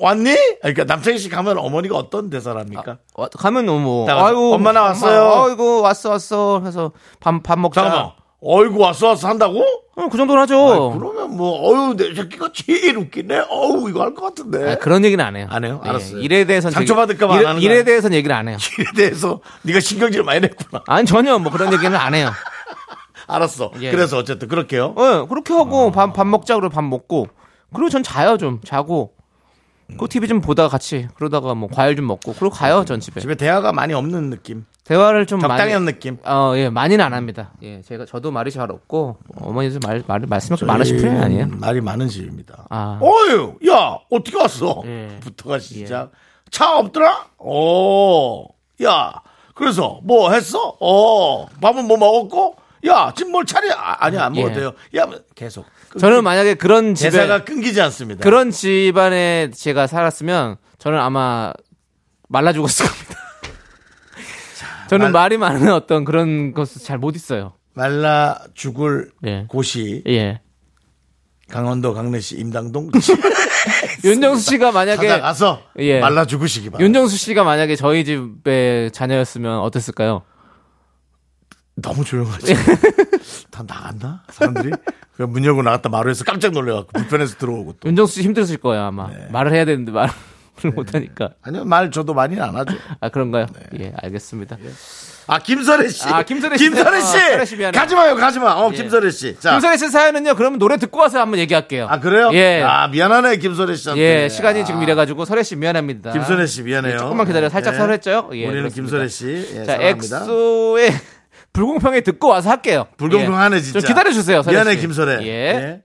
Speaker 1: 왔니? 그러니까 남창희 씨 가면 어머니가 어떤 대사랍니까?
Speaker 2: 와- 가면 너무 뭐,
Speaker 1: 나가서, 그러니까. 엄마 나왔어요.
Speaker 2: 아이고 왔어 왔어. 해서 밥 밥 먹자.
Speaker 1: 잠깐만. 어이구, 왔어, 왔어 한다고?
Speaker 2: 어, 그 정도는 하죠.
Speaker 1: 그러면 뭐, 어유, 내 새끼가 제일 웃기네? 어우, 이거 할 것 같은데.
Speaker 2: 아, 그런 얘기는 안 해요. 예,
Speaker 1: 안 해요? 알았어요.
Speaker 2: 일에 대해서
Speaker 1: 상처받을까 봐안 하는 거
Speaker 2: 일에
Speaker 1: 아니에요?
Speaker 2: 대해서는 얘기를 안 해요.
Speaker 1: 길에 대해서 네가 신경질 많이 냈구나.
Speaker 2: 아니 전혀 뭐 그런 얘기는 안 해요.
Speaker 1: 알았어.
Speaker 2: 예.
Speaker 1: 그래서 어쨌든 그렇게요.
Speaker 2: 예, 그렇게
Speaker 1: 아.
Speaker 2: 하고 밥 밥 먹자 그러고 밥 먹고 그리고 전 자요 좀 자고
Speaker 1: 음.
Speaker 2: 그 TV 좀 보다가 같이 그러다가 뭐 과일 좀 먹고 그리고 가요 전 집에.
Speaker 1: 집에 대화가 많이 없는 느낌.
Speaker 2: 대화를 좀
Speaker 1: 적당히 한
Speaker 2: 음, 많이
Speaker 1: 느낌.
Speaker 2: 어, 예, 많이는 안 합니다. 예, 제가 저도 말이 잘 없고 어머니도 말, 말 말씀이 좀 많으신 편이
Speaker 1: 저희는
Speaker 2: 아니에요.
Speaker 1: 음, 말이 많은 집입니다.
Speaker 2: 아.
Speaker 1: 어유, 야, 어떻게 왔어?
Speaker 2: 예.
Speaker 1: 부터가 시작. 차 없더라? 어, 야, 그래서 뭐 했어? 어, 밥은 뭐 먹었고? 야, 지금 뭘 차려? 아, 아니 안
Speaker 2: 예.
Speaker 1: 먹어도요. 야, 뭐, 계속. 끊기-
Speaker 2: 저는 만약에 그런 집에
Speaker 1: 대사가 끊기지 않습니다.
Speaker 2: 그런 집안에 제가 살았으면 저는 아마 말라 죽었을 겁니다. 저는 말이 많은 어떤 그런 것을 잘 못 있어요.
Speaker 1: 말라 죽을
Speaker 2: 예.
Speaker 1: 곳이
Speaker 2: 예.
Speaker 1: 강원도 강릉시 임당동
Speaker 2: 윤정수 씨가 만약에
Speaker 1: 찾아가서
Speaker 2: 예.
Speaker 1: 말라 죽으시기 바랍니다.
Speaker 2: 윤정수 씨가 만약에 저희 집의 자녀였으면 어땠을까요?
Speaker 1: 너무 조용하지. 다 나갔나? 사람들이? 그 문 열고 나갔다 마루에서 깜짝 놀래갖고 불편해서 들어오고 또.
Speaker 2: 윤정수 씨 힘들었을 거예요 아마
Speaker 1: 네.
Speaker 2: 말을 해야 되는데 말을 못 하니까
Speaker 1: 아니요, 말 저도 많이는 안 하죠.
Speaker 2: 아 그런가요?
Speaker 1: 네.
Speaker 2: 예 알겠습니다.
Speaker 1: 아, 김설혜 씨.
Speaker 2: 아, 김설혜 씨.
Speaker 1: 김설혜
Speaker 2: 어,
Speaker 1: 씨.
Speaker 2: 설혜 씨 미안해요. 예.
Speaker 1: 가지 마요, 가지 마. 어, 김설혜 씨. 자.
Speaker 2: 김선혜 씨 사연은요 그러면 노래 듣고 와서 한번 얘기할게요.
Speaker 1: 아, 그래요?
Speaker 2: 예.
Speaker 1: 아, 미안하네, 김설혜 씨한테.
Speaker 2: 예 시간이 지금 이래가지고 설혜 씨 미안합니다.
Speaker 1: 김설혜 씨, 미안해요.
Speaker 2: 조금만 기다려. 살짝
Speaker 1: 예.
Speaker 2: 설렜죠? 예,
Speaker 1: 우리는
Speaker 2: 그렇습니다.
Speaker 1: 김설혜 씨. 예,
Speaker 2: 자,
Speaker 1: 사랑합니다.
Speaker 2: 엑소의 불공평에 듣고 와서 할게요.
Speaker 1: 불공평하네,
Speaker 2: 예.
Speaker 1: 진짜.
Speaker 2: 좀 기다려주세요. 설혜
Speaker 1: 미안해,
Speaker 2: 씨.
Speaker 1: 김설혜.
Speaker 2: 예.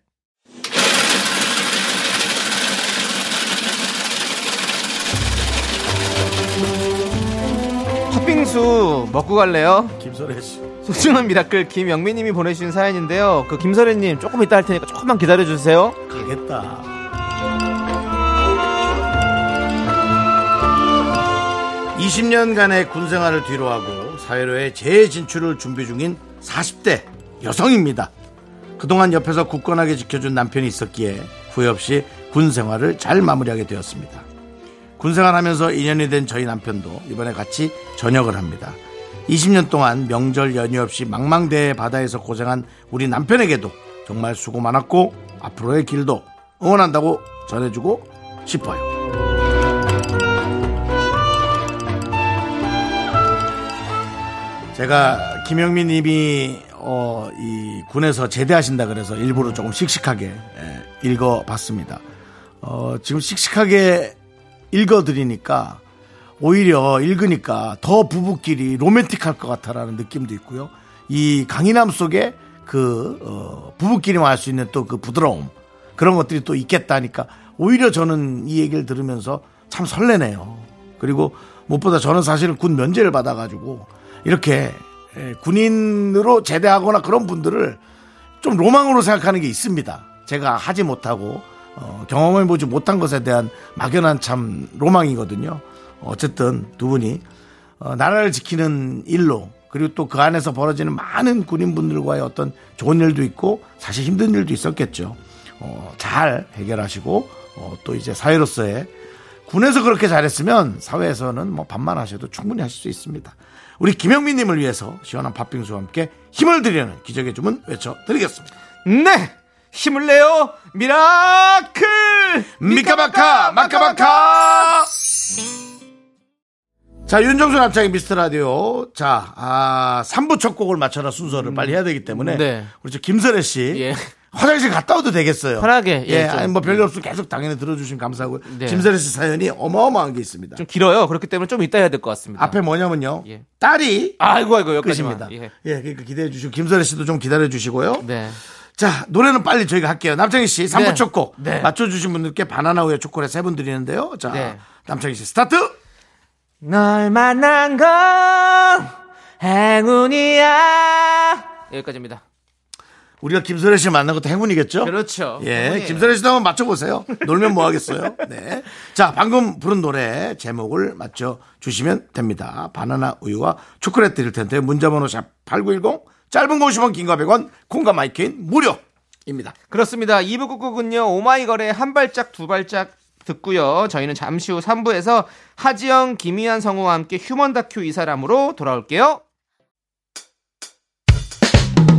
Speaker 2: 팥빙수 먹고 갈래요?
Speaker 1: 김설혜 씨.
Speaker 2: 소중한 미라클 김영민님이 보내주신 사연인데요. 그 김설혜님 조금 이따 할 테니까 조금만 기다려주세요.
Speaker 1: 가겠다. 20년간의 군 생활을 뒤로하고 사회로의 재진출을 준비 중인 40대 여성입니다. 그동안 옆에서 굳건하게 지켜준 남편이 있었기에 후회 없이 군 생활을 잘 마무리하게 되었습니다. 군 생활하면서 인연이 된 저희 남편도 이번에 같이 전역을 합니다. 20년 동안 명절 연휴 없이 망망대해 바다에서 고생한 우리 남편에게도 정말 수고 많았고 앞으로의 길도 응원한다고 전해주고 싶어요. 제가 김영민 님이 어, 이 군에서 제대하신다 그래서 일부러 조금 씩씩하게 예, 읽어봤습니다. 어, 지금 씩씩하게 읽어드리니까 오히려 읽으니까 더 부부끼리 로맨틱할 것 같아라는 느낌도 있고요. 이 강인함 속에 그 어, 부부끼리만 할 수 있는 또 그 부드러움 그런 것들이 또 있겠다니까 오히려 저는 이 얘기를 들으면서 참 설레네요. 그리고 무엇보다 저는 사실은 군 면제를 받아가지고 이렇게 예, 군인으로 제대하거나 그런 분들을 좀 로망으로 생각하는 게 있습니다. 제가 하지 못하고 어, 경험해보지 못한 것에 대한 막연한 참 로망이거든요. 어쨌든 두 분이 어, 나라를 지키는 일로 그리고 또 그 안에서 벌어지는 많은 군인분들과의 어떤 좋은 일도 있고 사실 힘든 일도 있었겠죠. 어, 잘 해결하시고 어, 또 이제 사회로서의 군에서 그렇게 잘했으면 사회에서는 뭐 밥만 하셔도 충분히 하실 수 있습니다. 우리 김영민님을 위해서 시원한 팥빙수와 함께 힘을 드리는 기적의 주문 외쳐드리겠습니다.
Speaker 2: 네! 힘을 내요! 미라클!
Speaker 1: 미카마카 마카마카 자 윤정수 남창의 미스터라디오 자 아, 3부 첫 곡을 맞춰라 순서를 빨리 해야 되기 때문에
Speaker 2: 음. 네.
Speaker 1: 우리 저 김설애씨
Speaker 2: 예.
Speaker 1: 화장실 갔다 와도 되겠어요
Speaker 2: 편하게,
Speaker 1: 예,
Speaker 2: 예, 좀.
Speaker 1: 아니 뭐 별일 없으면 계속 당연히 들어주시면 감사하고요
Speaker 2: 네.
Speaker 1: 김설애씨 사연이 어마어마한 게 있습니다
Speaker 2: 좀 길어요. 그렇기 때문에 좀 이따 해야 될 것 같습니다.
Speaker 1: 앞에 뭐냐면요
Speaker 2: 예.
Speaker 1: 딸이
Speaker 2: 아이고, 아이고, 여기까지만.
Speaker 1: 끝입니다 예.
Speaker 2: 예.
Speaker 1: 그러니까 기대해 주시고 김설애씨도 좀 기다려 주시고요
Speaker 2: 네.
Speaker 1: 자 노래는 빨리 저희가 할게요 남창희 씨 3부
Speaker 2: 네.
Speaker 1: 첫 곡
Speaker 2: 네.
Speaker 1: 맞춰주신 분들께 바나나 우유 초콜릿 세 분 드리는데요 자
Speaker 2: 네.
Speaker 1: 남창희 씨 스타트
Speaker 2: 널 만난 건 행운이야. 여기까지입니다.
Speaker 1: 우리가 김설혜 씨 만난 것도 행운이겠죠
Speaker 2: 그렇죠.
Speaker 1: 예
Speaker 2: 행운이에요.
Speaker 1: 김설혜 씨도 한번 맞춰보세요 놀면 뭐 하겠어요 네자 방금 부른 노래 제목을 맞춰주시면 됩니다 바나나 우유와 초콜릿 드릴 텐데 문자번호 샵8910 짧은 거 50원 긴거 100원 콩과 마이크인 무료입니다
Speaker 2: 그렇습니다. 2부 끝곡은요. 오마이걸의 한 발짝 두 발짝 듣고요. 저희는 잠시 후 3부에서 하지영, 김희한 성우와 함께 휴먼 다큐 이 사람으로 돌아올게요.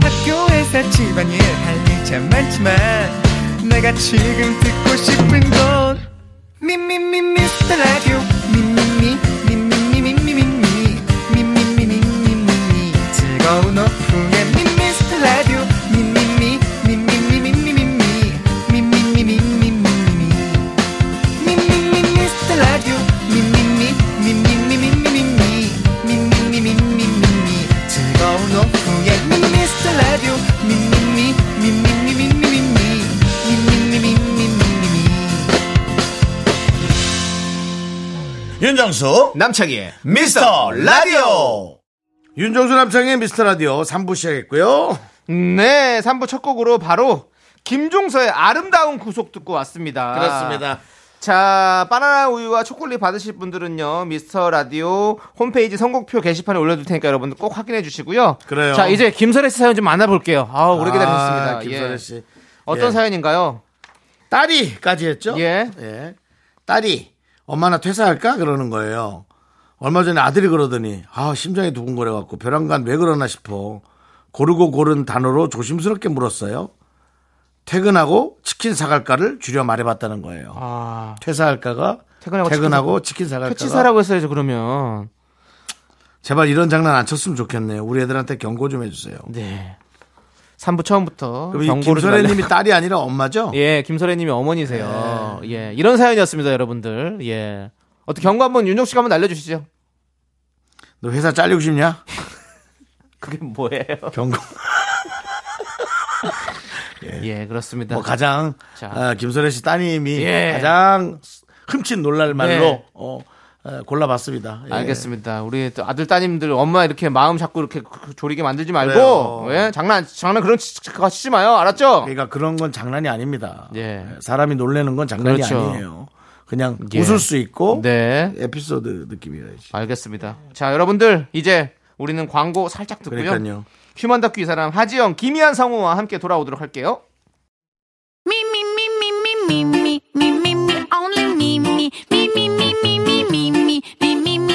Speaker 4: 학교에서 집안일 할 일 참 많지만 내가 지금 듣고 싶은 건 미미미 미스터 라디오 미미미 미미미 미미미 미미미 미미미 즐거운 오후에 미스터 라디오 미미미 미미미 미미미 미미미 미미미
Speaker 1: 윤정수
Speaker 2: 남창희의
Speaker 1: 미스터 라디오 윤정수 남창의 미스터 라디오 3부 시작했고요
Speaker 2: 네, 3부 첫 곡으로 바로 김종서의 아름다운 구속 듣고 왔습니다.
Speaker 1: 그렇습니다.
Speaker 2: 자, 바나나 우유와 초콜릿 받으실 분들은요, 미스터 라디오 홈페이지 선곡표 게시판에 올려둘 테니까 여러분들 꼭 확인해 주시고요.
Speaker 1: 그래요.
Speaker 2: 자, 이제 김설혜 씨 사연 좀 만나볼게요. 아, 오래 기다리셨습니다.
Speaker 1: 아, 김선혜 씨.
Speaker 2: 어떤
Speaker 1: 예.
Speaker 2: 사연인가요?
Speaker 1: 딸이까지 했죠?
Speaker 2: 예.
Speaker 1: 딸이 엄마 나 퇴사할까 그러는 거예요. 얼마 전에 아들이 그러더니 아 심장이 두근거려 갖고 벼랑간 왜 그러나 싶어 고르고 고른 단어로 조심스럽게 물었어요. 퇴근하고 치킨 사갈까를 줄여 말해봤다는 거예요.
Speaker 2: 아,
Speaker 1: 퇴사할까가 퇴근하고,
Speaker 2: 퇴근하고
Speaker 1: 치킨 사갈까가
Speaker 2: 퇴치사라고 했어야죠, 그러면.
Speaker 1: 제발 이런 장난 안 쳤으면 좋겠네요. 우리 애들한테 경고 좀 해주세요.
Speaker 2: 네. 3부 처음부터
Speaker 1: 그럼 이
Speaker 2: 어, 경고를 좀
Speaker 1: 김선혜님이
Speaker 2: 날려-
Speaker 1: 딸이 아니라 엄마죠?
Speaker 2: 예, 김설혜님이 어머니세요.
Speaker 1: 네.
Speaker 2: 예, 이런 사연이었습니다, 여러분들. 예. 어떻게 경고 한번 윤종 씨가 한번 날려주시죠.
Speaker 1: 너 회사 잘리고 싶냐?
Speaker 2: 그게 뭐예요?
Speaker 1: 경고.
Speaker 2: 예, 그렇습니다.
Speaker 1: 뭐 가장
Speaker 2: 자.
Speaker 1: 아, 김선혜 씨 따님이
Speaker 2: 예.
Speaker 1: 가장 흠칫 놀랄 말로
Speaker 2: 네.
Speaker 1: 어, 어, 골라봤습니다. 예.
Speaker 2: 알겠습니다. 우리 또 아들 따님들 엄마 이렇게 마음 자꾸 이렇게 그- 조리게 만들지 말고
Speaker 1: 그래요.
Speaker 2: 예, 장난 장난 그런 치- 거 치지 마요. 알았죠?
Speaker 1: 그러니까 그런 건 장난이 아닙니다.
Speaker 2: 예.
Speaker 1: 사람이 놀래는 건 장난이
Speaker 2: 그렇죠.
Speaker 1: 아니에요. 그냥
Speaker 2: 예.
Speaker 1: 웃을 수 있고
Speaker 2: 네.
Speaker 1: 에피소드 느낌이라야지.
Speaker 2: 알겠습니다. 자, 여러분들 이제 우리는 광고 살짝 듣고요.
Speaker 1: 그러니까요.
Speaker 2: 휴먼 다큐 이 사람 하지영, 김희한 성우와 함께 돌아오도록 할게요.
Speaker 3: Me, me, me, me, me, me, me, me, me, me, only me, me, me, me, me, me, me, me, me, me, me, me,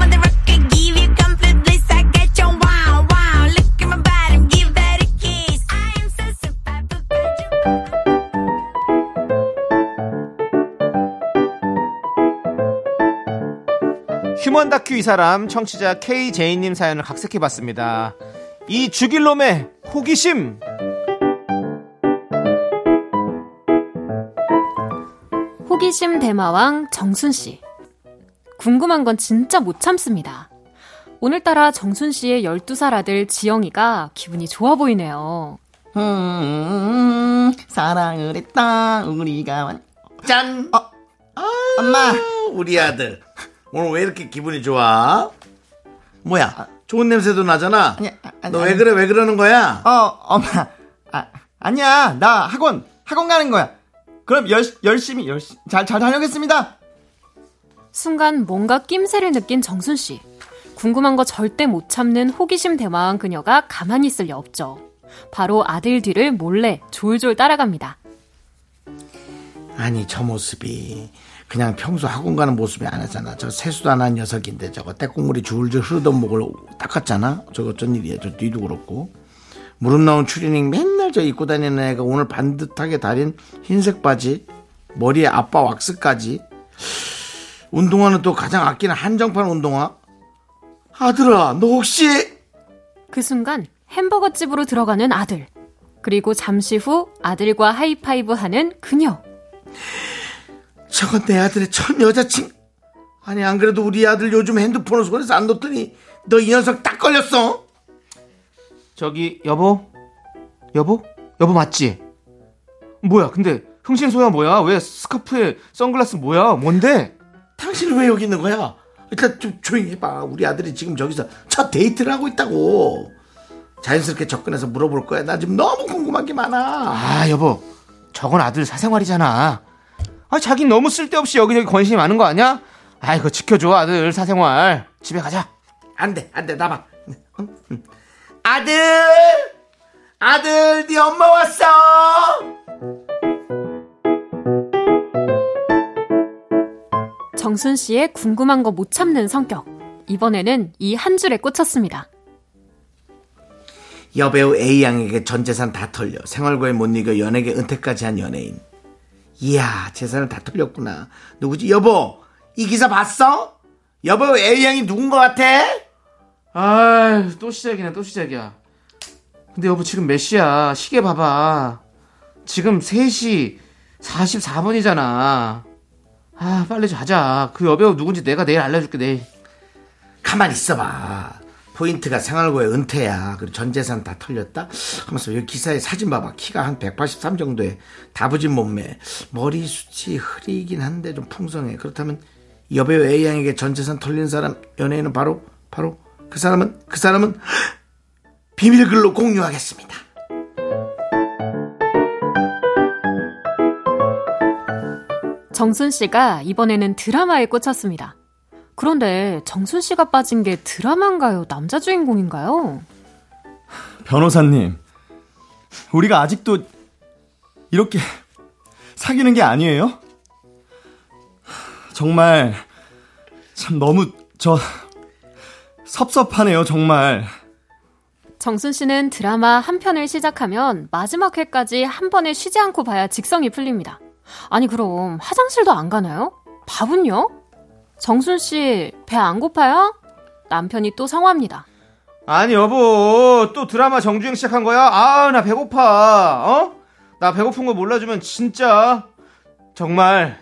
Speaker 3: on the rocket, give you company.
Speaker 2: 음원 다큐 이 사람 청취자 K 제이님 사연을 각색해봤습니다. 이 죽일놈의 호기심.
Speaker 3: 호기심 대마왕 정순 씨. 궁금한 건 진짜 못 참습니다. 오늘따라 정순 씨의 12살 아들 지영이가 기분이 좋아 보이네요.
Speaker 5: 음, 사랑을 했다 우리가 완... 짠 어, 엄마
Speaker 1: 우리 아들 오늘 왜 이렇게 기분이 좋아? 뭐야? 좋은 냄새도 나잖아.
Speaker 5: 아니, 아니,
Speaker 1: 너 왜
Speaker 5: 아니.
Speaker 1: 그래? 왜 그러는 거야?
Speaker 5: 어 엄마 아, 아니야 나 학원 학원 가는 거야 그럼 열, 열심히 열심히 잘, 잘 다녀오겠습니다
Speaker 3: 순간 뭔가 낌새를 느낀 정순 씨. 궁금한 거 절대 못 참는 호기심 대마왕 그녀가 가만히 있을 리 없죠. 바로 아들 뒤를 몰래 졸졸 따라갑니다.
Speaker 1: 아니 저 모습이 그냥 평소 학원 가는 모습이 아니잖아. 저 세수도 안 한 녀석인데 저거 때국물이 줄줄 흐르던 목을 닦았잖아. 저거 어쩐 일이야? 저 뒤도 그렇고 무릎 나온 추리닝 맨날 저 입고 다니는 애가 오늘 반듯하게 다린 흰색 바지 머리에 아빠 왁스까지 운동화는 또 가장 아끼는 한정판 운동화 아들아 너 혹시
Speaker 3: 그 순간 햄버거 집으로 들어가는 아들. 그리고 잠시 후 아들과 하이파이브 하는 그녀.
Speaker 1: 저건 내 아들의 첫 여자친구. 아니 안 그래도 우리 아들 요즘 핸드폰을 손에서 안 놓더니 너 이 녀석 딱 걸렸어.
Speaker 2: 저기 여보, 여보, 여보 맞지? 뭐야? 근데 흥신소야 뭐야? 왜 스카프에 선글라스 뭐야? 뭔데?
Speaker 1: 당신은 왜 여기 있는 거야? 일단 좀 조용히 해봐. 우리 아들이 지금 저기서 첫 데이트를 하고 있다고. 자연스럽게 접근해서 물어볼 거야. 나 지금 너무 궁금한 게 많아.
Speaker 2: 아 여보, 저건 아들 사생활이잖아. 아 자기 너무 쓸데없이 여기저기 관심이 많은 거 아니야? 아 이거 지켜줘 아들 사생활. 집에 가자.
Speaker 1: 안 돼, 안 돼, 나봐. 아들, 아들, 네 엄마 왔어.
Speaker 3: 정순 씨의 궁금한 거 못 참는 성격. 이번에는 이 한 줄에 꽂혔습니다.
Speaker 1: 여배우 A 양에게 전 재산 다 털려 생활고에 못 이겨 연예계 은퇴까지 한 연예인. 이야 재산을 다 털렸구나. 누구지? 여보 이 기사 봤어? 여배우 A 양이 누군 것 같아?
Speaker 2: 아또 시작이네 또 시작이야 근데 여보 지금 몇 시야 시계 봐봐 지금 3시 44분이잖아 아 빨리 자자 그 여배우 누군지 내가 내일 알려줄게 내일
Speaker 1: 가만 있어봐. 포인트가 생활고에 은퇴야. 그리고 전 재산 다 털렸다. 하면서 여기 기사에 사진 봐봐. 키가 한 183 정도에 다부진 몸매, 머리 숱이 흐리긴 한데 좀 풍성해. 그렇다면 여배우 A 양에게 전 재산 털린 사람 연예인은 바로 바로 그 사람은 그 사람은 비밀글로 공유하겠습니다.
Speaker 3: 정순 씨가 이번에는 드라마에 꽂혔습니다. 그런데 정순 씨가 빠진 게 드라마인가요? 남자 주인공인가요?
Speaker 6: 변호사님, 우리가 아직도 이렇게 사귀는 게 아니에요? 정말 참 너무 저 섭섭하네요, 정말.
Speaker 3: 정순 씨는 드라마 한 편을 시작하면 마지막 회까지 한 번에 쉬지 않고 봐야 직성이 풀립니다. 아니 그럼 화장실도 안 가나요? 밥은요? 정순 씨 배 안 고파요? 남편이 또 성화합니다.
Speaker 2: 아니 여보 또 드라마 정주행 시작한 거야? 아 나 배고파 어? 나 배고픈 거 몰라주면 진짜 정말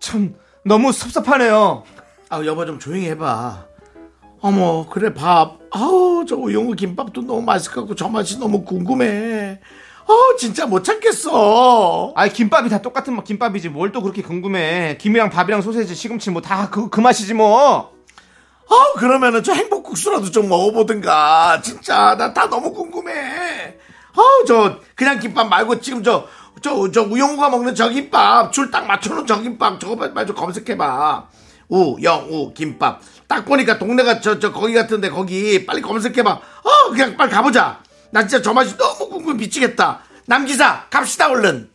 Speaker 2: 참 너무 섭섭하네요
Speaker 1: 아 여보 좀 조용히 해봐. 어머 그래 밥. 아우 저 우영우 김밥도 너무 맛있을 것 같고 저 맛이 너무 궁금해. 아 진짜 못 참겠어.
Speaker 2: 아이 김밥이 다 똑같은 맛 김밥이지 뭘 또 그렇게 궁금해 김이랑 밥이랑 소세지 시금치 뭐 다 그 그 맛이지 뭐
Speaker 1: 아 그러면은 저 행복국수라도 좀 먹어보든가. 진짜 나 다 너무 궁금해. 아우 저 그냥 김밥 말고 지금 저. 저, 저, 우영우가 먹는 저 김밥, 줄 딱 맞춰놓은 저 김밥, 저거 말좀 검색해봐. 우, 영, 우, 김밥. 딱 보니까 동네가 저, 저, 거기 같은데, 거기. 빨리 검색해봐. 어, 그냥 빨리 가보자. 나 진짜 저 맛이 너무 궁금해 미치겠다. 남기사, 갑시다, 얼른.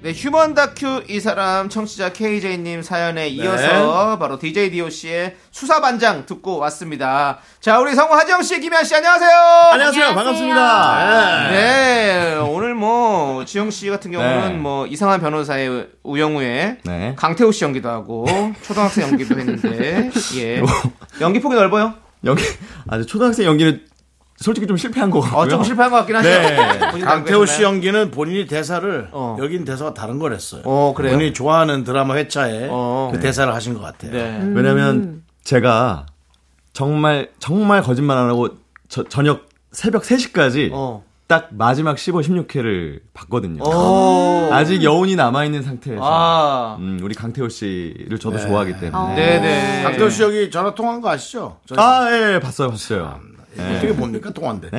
Speaker 2: 네, 휴먼 다큐 이 사람 청취자 KJ님
Speaker 1: 네.
Speaker 2: 사연에 이어서 바로 DJ DOC의 수사반장 듣고 왔습니다. 자, 우리 성우 하지영 씨, 김현 씨, 안녕하세요.
Speaker 1: 안녕하세요. 반갑습니다. 예.
Speaker 2: 네, 오늘 뭐 지영 씨 같은
Speaker 1: 네.
Speaker 2: 경우는 뭐 이상한 변호사의 우영우의
Speaker 7: 네.
Speaker 2: 강태호 씨 연기도 하고 초등학생 연기도 했는데 예
Speaker 1: 뭐.
Speaker 2: 연기 폭이 넓어요.
Speaker 7: 연기 아 초등학생 연기는 솔직히 좀 실패한 거
Speaker 1: 아,
Speaker 7: 같고요.
Speaker 2: 어, 좀 실패한 것 같긴
Speaker 7: 네.
Speaker 2: 하죠. 본인
Speaker 1: 강태호 씨
Speaker 2: 생각하시나요?
Speaker 1: 연기는 본인이 대사를
Speaker 2: 어.
Speaker 1: 여긴 대사가 다른 걸 했어요.
Speaker 2: 어, 그래요?
Speaker 1: 본인이 좋아하는 드라마 회차에
Speaker 2: 어.
Speaker 1: 그 대사를 하신 것 같아요.
Speaker 2: 네.
Speaker 7: 왜냐면 제가 정말 정말 거짓말 안 하고 저- 저녁 새벽 3시까지
Speaker 2: 어.
Speaker 7: 딱 마지막 15, 16회를 봤거든요.
Speaker 2: 오.
Speaker 7: 아직 여운이 남아 있는 상태에서
Speaker 2: 아.
Speaker 7: 음, 우리 강태호 씨를 저도 좋아하기 때문에.
Speaker 2: 네네.
Speaker 1: 강태호 씨 여기 전화 통화한 거 아시죠? 저희
Speaker 7: 아, 예, 예, 봤어요, 봤어요.
Speaker 2: 네.
Speaker 1: 어떻게 뭡니까 통화인데?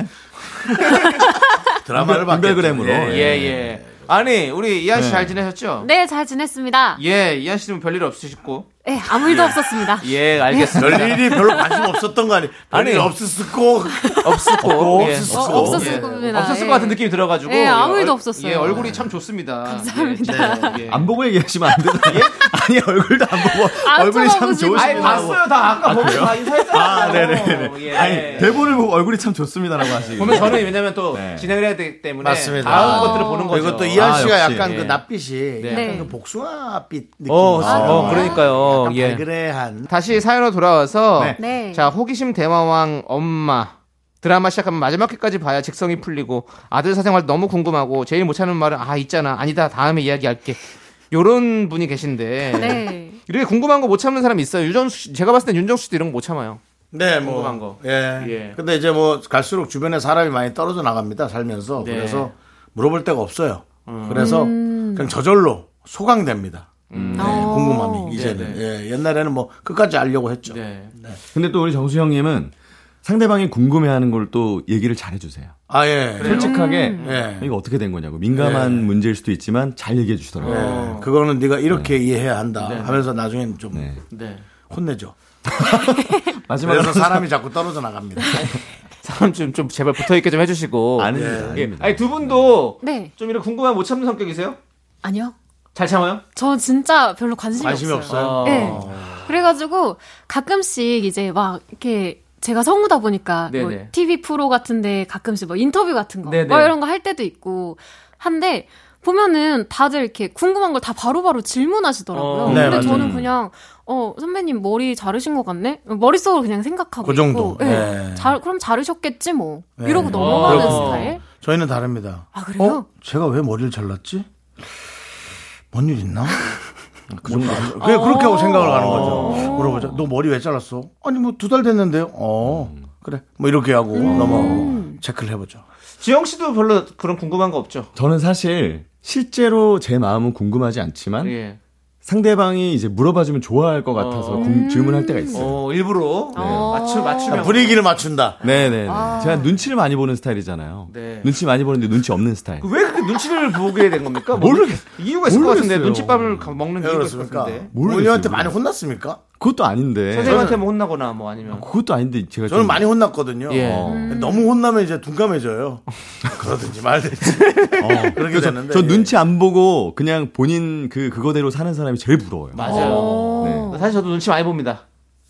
Speaker 1: 드라마를 봤겠죠.
Speaker 7: 인별그램으로.
Speaker 1: 예, 예.
Speaker 2: 예, 예. 아니, 우리 이한 씨 잘 지내셨죠?
Speaker 5: 네, 잘 지냈습니다.
Speaker 2: 예, 이한 씨는 별일 없으시고.
Speaker 5: 예, 아무 일도 없었습니다.
Speaker 2: 예, 알겠습니다.
Speaker 1: 별일이 별로 관심 없었던 거 아니에요? 별일
Speaker 2: 아니.
Speaker 1: 없었고
Speaker 2: 없었고. 예.
Speaker 1: 없었고.
Speaker 5: 어,
Speaker 1: 없었어.
Speaker 5: 없었을
Speaker 2: 예.
Speaker 5: 겁니다.
Speaker 2: 없었을
Speaker 5: 예.
Speaker 2: 것 같은 느낌이 들어가지고.
Speaker 5: 예, 아무
Speaker 2: 예,
Speaker 5: 일도
Speaker 2: 얼-
Speaker 5: 없었어요.
Speaker 2: 예, 얼굴이 참 좋습니다. 감사합니다. 예, 예.
Speaker 7: 안 보고 얘기하시면 안 되나요? 아니, 얼굴도 안 보고.
Speaker 5: 안
Speaker 7: 얼굴이 참
Speaker 5: 아, 쳐다보지
Speaker 7: 좋으신
Speaker 5: 마.
Speaker 2: 아니,
Speaker 7: 분.
Speaker 2: 봤어요. 다 아까 보고 다 인사했잖아요.
Speaker 7: 아, 네네네.
Speaker 2: 예.
Speaker 7: 아니, 대본을 보고 얼굴이 참 좋습니다라고 하시고.
Speaker 2: 보면 저는 왜냐면 또
Speaker 7: 네.
Speaker 2: 진행을 해야 되기 때문에
Speaker 1: 맞습니다.
Speaker 2: 다음
Speaker 1: 아.
Speaker 2: 것들을 보는 거죠.
Speaker 1: 그리고 또 이한
Speaker 7: 아,
Speaker 1: 씨가
Speaker 7: 역시.
Speaker 1: 약간
Speaker 2: 예.
Speaker 1: 그 낯빛이
Speaker 5: 네.
Speaker 1: 약간 그 복숭아빛 느낌.
Speaker 2: 어,
Speaker 1: 있어요.
Speaker 2: 어, 그러니까요.
Speaker 1: 약간
Speaker 2: 예.
Speaker 1: 발그레한.
Speaker 2: 다시 사연으로 돌아와서
Speaker 7: 네.
Speaker 5: 네.
Speaker 2: 자 호기심 대마왕 엄마 드라마 시작하면 마지막 회까지 봐야 직성이 풀리고 아들 사생활 너무 궁금하고 제일 못하는 말은 아 있잖아 아니다 다음에 이야기할게 요런 분이 계신데
Speaker 5: 네.
Speaker 2: 이렇게 궁금한 거 못 참는 사람 있어요 유정수 씨, 제가 봤을 땐 윤정수 씨도 이런 거 못 참아요
Speaker 1: 네, 뭐.
Speaker 2: 궁금한 거.
Speaker 1: 예.
Speaker 2: 예.
Speaker 1: 근데 이제 뭐 갈수록 주변에 사람이 많이 떨어져 나갑니다. 살면서.
Speaker 2: 네. 음.
Speaker 1: 그래서 물어볼 데가 없어요. 그래서 그냥 저절로 소강됩니다. 네,
Speaker 5: 어.
Speaker 1: 궁금함이 이제는
Speaker 2: 네,
Speaker 1: 예, 옛날에는 뭐 끝까지 알려고 했죠.
Speaker 7: 네. 근데 또 우리 정수 형님은 상대방이 궁금해하는 걸 또 얘기를 잘해주세요.
Speaker 1: 아 예,
Speaker 7: 솔직하게 네.
Speaker 1: 예.
Speaker 7: 이거 어떻게 된 거냐고 민감한 문제일 수도 있지만 잘 얘기해 주시더라고요.
Speaker 1: 예. 그거는 네가 이렇게 이해해야 한다 하면서 나중엔 좀
Speaker 7: 네.
Speaker 1: 혼내죠.
Speaker 7: 마지막으로
Speaker 1: 그래서 사람이 자꾸 떨어져 나갑니다.
Speaker 2: 사람 좀, 좀 제발 붙어있게 좀 해주시고
Speaker 7: 아닙니다.
Speaker 2: 예.
Speaker 7: 아닙니다.
Speaker 2: 아니 두 분도
Speaker 5: 네.
Speaker 2: 좀 이런 궁금한 못 참는 성격이세요?
Speaker 5: 아니요.
Speaker 2: 잘 참아요?
Speaker 5: 저 진짜 별로 관심이,
Speaker 1: 관심이 없어요. 아.
Speaker 5: 네. 그래가지고 가끔씩 이제 막 이렇게 제가 성우다 보니까 뭐
Speaker 2: 네네.
Speaker 5: TV 프로 같은데 가끔씩 뭐 인터뷰 같은 거
Speaker 2: 네네.
Speaker 5: 뭐 이런 거 할 때도 있고 한데 보면은 다들 이렇게 궁금한 걸 다 바로바로 질문하시더라고요.
Speaker 2: 어.
Speaker 1: 네,
Speaker 5: 근데
Speaker 1: 맞아요.
Speaker 5: 저는 그냥 어 선배님 머리 자르신 것 같네 머릿속으로 그냥 생각하고
Speaker 1: 그 정도.
Speaker 5: 있고, 예.
Speaker 1: 네.
Speaker 5: 자- 그럼 자르셨겠지 뭐
Speaker 1: 네.
Speaker 5: 이러고 넘어가는
Speaker 2: 어.
Speaker 5: 스타일.
Speaker 1: 저희는 다릅니다.
Speaker 5: 아, 그래요?
Speaker 1: 어? 제가 왜 머리를 잘랐지? 뭔 일 있나? 그 정도. 어. 그래 그렇게 하고 생각을 하는 거죠. 물어보죠. 너 머리 왜 잘랐어? 아니 뭐 두 달 됐는데요. 어 그래 뭐 이렇게 하고
Speaker 5: 음.
Speaker 1: 넘어가고 체크를 해보죠.
Speaker 2: 지영 씨도 별로 그런 궁금한 거 없죠?
Speaker 7: 저는 사실 실제로 제 마음은 궁금하지 않지만
Speaker 1: 네.
Speaker 2: 예.
Speaker 7: 상대방이 이제 물어봐주면 좋아할 것 같아서 궁-
Speaker 1: 음.
Speaker 7: 질문할 때가 있어요.
Speaker 2: 어 일부러 맞추 맞추면
Speaker 1: 아, 분위기를 맞춘다.
Speaker 7: 네네네. 아. 제가 눈치를 많이 보는 스타일이잖아요.
Speaker 2: 네.
Speaker 7: 눈치 많이 보는데 눈치 없는 스타일.
Speaker 2: 왜 그렇게 눈치를 보게 된 겁니까? 뭐그
Speaker 7: 모르겠-
Speaker 2: 이유가 있을 것 같은데
Speaker 7: 모르겠어요.
Speaker 2: 눈칫밥을 가- 먹는
Speaker 1: 왜
Speaker 2: 이유가 있을 것
Speaker 1: 네, 그렇습니까?
Speaker 2: 같은데
Speaker 7: 모르겠어요,
Speaker 1: 우리한테 많이
Speaker 7: 모르겠어요.
Speaker 1: 혼났습니까?
Speaker 7: 그것도 아닌데.
Speaker 2: 선생님한테 뭐 혼나거나 뭐 아니면
Speaker 7: 그것도 아닌데 제가
Speaker 1: 저는
Speaker 7: 좀-
Speaker 1: 많이 혼났거든요.
Speaker 2: 예.
Speaker 7: 어.
Speaker 1: 음. 너무 혼나면 이제 둔감해져요. 그러든지 말든지. 그렇게
Speaker 7: 어. 그래서
Speaker 1: 되는데.
Speaker 7: 저
Speaker 1: 예.
Speaker 7: 눈치 안 보고 그냥 본인 그 그거대로 사는 사람이 제일 부러워요.
Speaker 2: 맞아요.
Speaker 5: 어.
Speaker 7: 네.
Speaker 2: 사실 저도 눈치 많이 봅니다.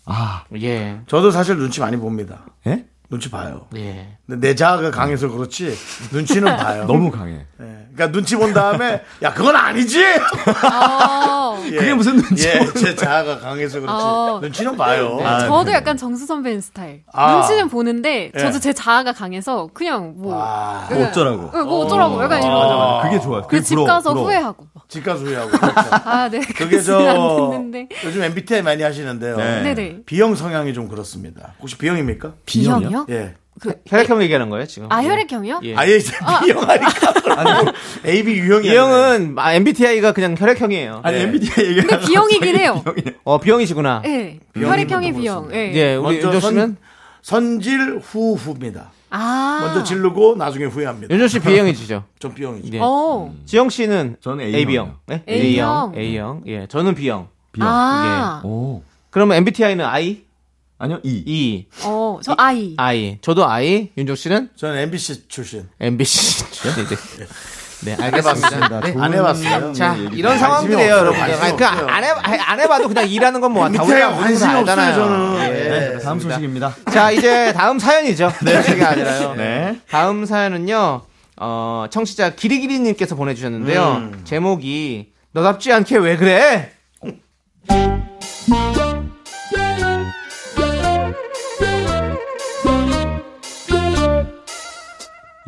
Speaker 7: 아,
Speaker 2: 예.
Speaker 1: 저도 사실 눈치 많이 봅니다.
Speaker 7: 예?
Speaker 1: 눈치 봐요.
Speaker 2: 예.
Speaker 1: 근데 내 자아가 강해서 그렇지 눈치는 봐요.
Speaker 7: 너무 강해.
Speaker 1: 예. 그러니까 눈치 본 다음에 야 그건 아니지.
Speaker 5: 어.
Speaker 1: 예.
Speaker 7: 아, 그게 무슨 눈치?
Speaker 1: 예, 제 자아가 강해서 그렇지
Speaker 5: 어.
Speaker 1: 눈치는 봐요. 아,
Speaker 5: 저도 약간 정수 선배인 스타일.
Speaker 1: 아.
Speaker 5: 눈치는 보는데 저도
Speaker 1: 예.
Speaker 5: 제 자아가 강해서 그냥 뭐
Speaker 1: 아,
Speaker 7: 뭐 어쩌라고.
Speaker 5: 예, 뭐 어쩌라고 약간 이런.
Speaker 7: 맞아, 맞아. 그게 좋아요. 그게
Speaker 5: 그래서 집
Speaker 7: 부러워,
Speaker 5: 가서
Speaker 7: 부러워.
Speaker 5: 후회하고. 막,
Speaker 1: 집가 수위하고. 그렇죠.
Speaker 5: 아, 네.
Speaker 1: 그게
Speaker 5: 그랬으면
Speaker 1: 저
Speaker 5: 안 됐는데.
Speaker 1: 요즘 MBTI 많이 하시는데요.
Speaker 7: 네.
Speaker 5: 네네.
Speaker 1: B형 성향이 좀 그렇습니다. 혹시 B형입니까?
Speaker 5: B형이요?
Speaker 1: 예.
Speaker 2: 혈액형 얘기하는 거예요 지금?
Speaker 5: 아, 혈액형이요?
Speaker 2: 예.
Speaker 1: 아예 이제 B형 아니까. AB 유형이
Speaker 2: 뭐
Speaker 1: 예.
Speaker 2: 이 형은 아, MBTI가 그냥 혈액형이에요.
Speaker 7: 아니 MBTI 얘기.
Speaker 5: 근데 B형이긴 해요.
Speaker 2: 어 B형이시구나.
Speaker 5: 예. 혈액형이 B형. 예.
Speaker 2: 예, 우리
Speaker 1: 먼저
Speaker 2: 윤정 씨는
Speaker 1: 선, 선질 후 후입니다.
Speaker 5: 아.
Speaker 1: 먼저 지르고 나중에 후회합니다.
Speaker 2: 윤정 씨 B형이시죠?
Speaker 1: 전 B형이죠.
Speaker 2: 예.
Speaker 5: 어.
Speaker 2: 지영 씨는
Speaker 7: 저는 A형이요.
Speaker 2: AB형. 네?
Speaker 5: A형.
Speaker 2: A형. 예, 저는 B형.
Speaker 5: 아.
Speaker 7: 오.
Speaker 2: 그러면 MBTI는 I,
Speaker 7: 아니요 E.
Speaker 2: E,
Speaker 5: 어, 저 I.
Speaker 2: I. 저도 I. 윤종 씨는
Speaker 1: 저는 MBC 출신.
Speaker 2: MBC 출신인데. 네, 알겠습니다. 네.
Speaker 1: 안 해봤어요. 예,
Speaker 2: 자,
Speaker 7: 얘기
Speaker 2: 이런 상황들이에요,
Speaker 1: 없어요.
Speaker 2: 여러분.
Speaker 1: 관심이
Speaker 2: 아니, 그,
Speaker 1: 없어요.
Speaker 2: 안, 해, 안 해봐도 그냥 일하는 건 뭐, 다
Speaker 1: 밑에
Speaker 2: 우리가 모르는
Speaker 1: 관심이
Speaker 2: 건
Speaker 1: 없어요,
Speaker 2: 알잖아요.
Speaker 1: 저는.
Speaker 2: 예,
Speaker 1: 네,
Speaker 2: 그렇습니다.
Speaker 7: 다음 소식입니다.
Speaker 2: 자, 이제 다음 사연이죠. 네. 소식이 아니라요.
Speaker 7: 네.
Speaker 2: 다음 사연은요, 어, 청취자 기리기리님께서 보내주셨는데요.
Speaker 1: 음.
Speaker 2: 제목이, 너답지 않게 왜 그래?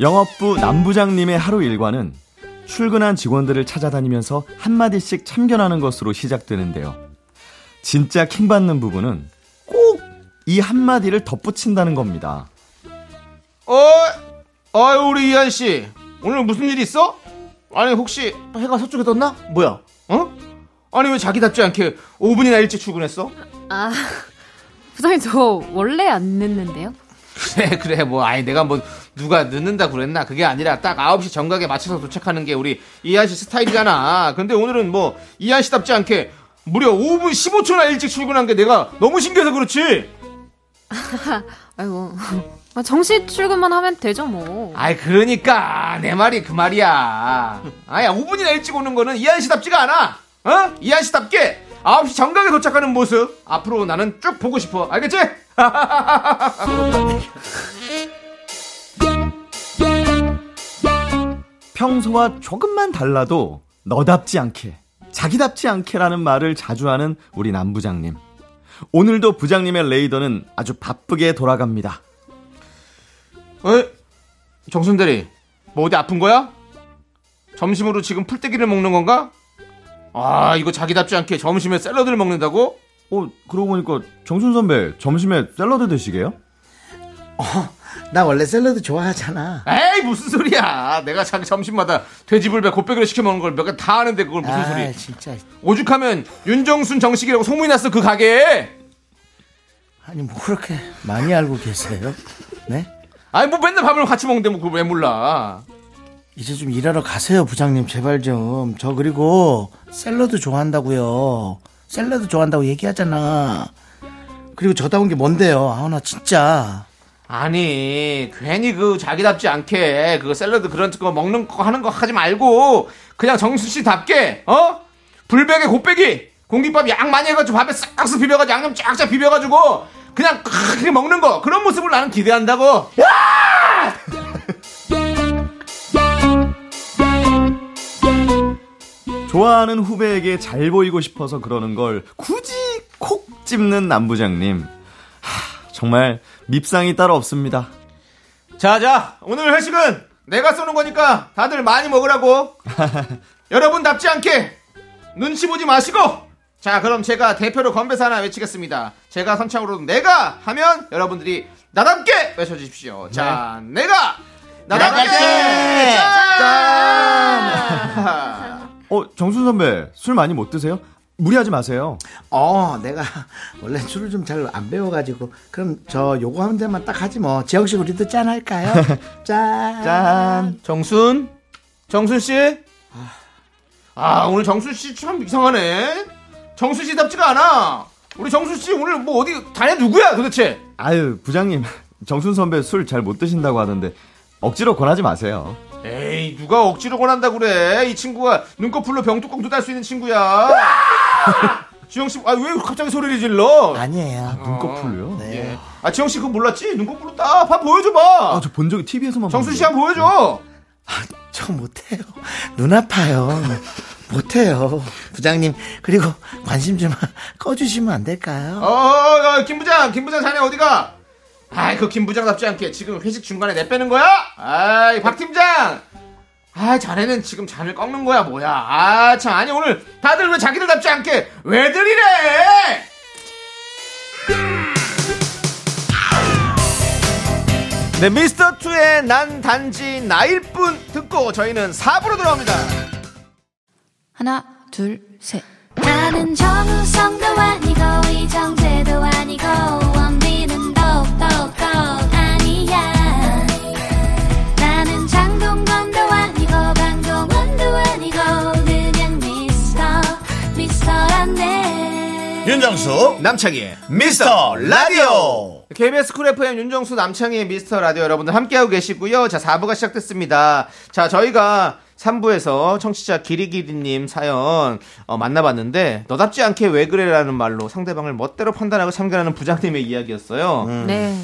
Speaker 7: 영업부 남부장님의 하루 일과는 출근한 직원들을 찾아다니면서 한마디씩 참견하는 것으로 시작되는데요. 진짜 킹받는 부분은 꼭 이 한마디를 덧붙인다는 겁니다.
Speaker 2: 어, 아유, 우리 이한씨. 오늘 무슨 일 있어? 아니, 혹시 해가 서쪽에 떴나? 뭐야? 어? 아니, 왜 자기답지 않게 5분이나 일찍 출근했어?
Speaker 5: 아, 부장님 저 원래 안 늦는데요.
Speaker 2: 그래 그래 뭐 아니 내가 뭐 누가 늦는다 그랬나 그게 아니라 딱 9시 정각에 맞춰서 도착하는 게 우리 이한 씨 스타일이잖아 근데 오늘은 뭐 이한 씨답지 않게 무려 5분 15초나 일찍 출근한 게 내가 너무 신기해서 그렇지
Speaker 5: 아이고. 아, 정시 출근만 하면 되죠, 뭐.
Speaker 2: 아이 그러니까 내 말이 그 말이야 아야 5분이나 일찍 오는 거는 이한 씨답지가 않아 어? 이한 씨답게 9시 정각에 도착하는 모습 앞으로 나는 쭉 보고 싶어 알겠지?
Speaker 7: 평소와 조금만 달라도 너답지 않게, 자기답지 않게라는 말을 자주 하는 우리 남부장님. 오늘도 부장님의 레이더는 아주 바쁘게 돌아갑니다.
Speaker 2: 에? 정순대리, 뭐 어디 아픈 거야? 점심으로 지금 풀떼기를 먹는 건가? 아, 이거 자기답지 않게 점심에 샐러드를 먹는다고?
Speaker 7: 어, 그러고 보니까 정순 선배 점심에 샐러드 드시게요?
Speaker 1: 나 원래 샐러드 좋아하잖아.
Speaker 2: 에이, 무슨 소리야. 내가 자기 점심마다 돼지불배 곱빼기를 시켜 먹는 걸 몇 개 다 아는데 그걸 무슨 소리.
Speaker 1: 진짜.
Speaker 2: 오죽하면 윤정순 정식이라고 소문이 났어, 그 가게에.
Speaker 1: 아니 뭐 그렇게 많이 알고 계세요? 네?
Speaker 2: 아니, 뭐 맨날 밥을 같이 먹는데 뭐 그걸 왜 몰라.
Speaker 1: 이제 좀 일하러 가세요, 부장님. 제발 좀. 저 그리고 샐러드 좋아한다고요. 샐러드 좋아한다고 얘기하잖아. 그리고 저다운 게 뭔데요? 아우 나 진짜.
Speaker 2: 아니 괜히 그 자기답지 않게 그 샐러드 그런 거 먹는 거 하는 거 하지 말고 그냥 정수 씨답게 어 불백에 곱빼기 공깃밥 양 많이 해가지고 밥에 싹싹 비벼가지고 양념 쫙쫙 비벼가지고 그냥 크게 먹는 거 그런 모습을 나는 기대한다고
Speaker 7: 좋아하는 후배에게 잘 보이고 싶어서 그러는 걸 굳이 콕 찝는 남부장님. 하, 정말 밉상이 따로 없습니다.
Speaker 2: 자자 오늘 회식은 내가 쏘는 거니까 다들 많이 먹으라고 여러분답지 않게 눈치 보지 마시고 자 그럼 제가 대표로 건배사 하나 외치겠습니다 제가 선창으로 내가 하면 여러분들이 나답게 외쳐주십시오 자 내가 네. 나답게 짠!
Speaker 7: 어, 정순 선배 술 많이 못 드세요? 무리하지 마세요.
Speaker 1: 어, 내가 원래 술을 좀 잘 안 배워가지고 그럼 저 요거 한 대만 딱 하지 뭐. 재혁 씨 우리도 짠 할까요? 짠.
Speaker 7: 짠.
Speaker 2: 정순 정순씨 아 오늘 정순씨 참 이상하네 정순씨답지가 않아 우리 정순씨 오늘 뭐 어디 다녀 누구야 도대체
Speaker 7: 아유, 부장님. 정순 선배 술 잘 못 드신다고 하던데 억지로 권하지 마세요.
Speaker 2: 에이 누가 억지로 권한다 그래 이 친구가 눈꺼풀로 병뚜껑도 딸 수 있는 친구야 지영씨 아 왜 갑자기 소리를 질러
Speaker 1: 아니에요.
Speaker 7: 눈꺼풀로요?
Speaker 2: 예. 아 지영씨 그거 몰랐지 눈꺼풀로 따밥 보여줘봐
Speaker 7: 아, 저 본 적이 TV에서만
Speaker 2: 정순씨 한번 보여줘
Speaker 1: 저 못해요. 눈 아파요. 못해요. 부장님 그리고 관심 좀 꺼주시면 안 될까요?
Speaker 2: 어어어 김부장 김부장 자네 어디가 아이 그 김부장답지 않게 지금 회식 중간에 내빼는 거야 아이 박팀장 아이 자네는 지금 잔을 꺾는 거야 뭐야 아 참 아니 오늘 다들 왜 자기들답지 않게 왜들 이래 네, 미스터 투의 난 단지 나일 뿐 듣고 저희는 4부로 돌아옵니다.
Speaker 8: 하나, 둘, 셋.
Speaker 3: 나는 정우성도 아니고 이정재도 아니고 원빈은 더욱더 아니야 나는 장동건도 아니고 방종원도 아니고 그냥 미스터 미스터란데
Speaker 1: 윤정수
Speaker 2: 남창희의
Speaker 1: 미스터 라디오.
Speaker 2: KBS 쿨 FM 윤정수 남창희의 미스터 라디오 여러분들 함께하고 계시고요. 자, 4부가 시작됐습니다. 자, 저희가 3부에서 청취자 기리기리님 사연 어, 만나봤는데 너답지 않게 왜 그래라는 말로 상대방을 멋대로 판단하고 참견하는 부장님의 이야기였어요.
Speaker 5: 네.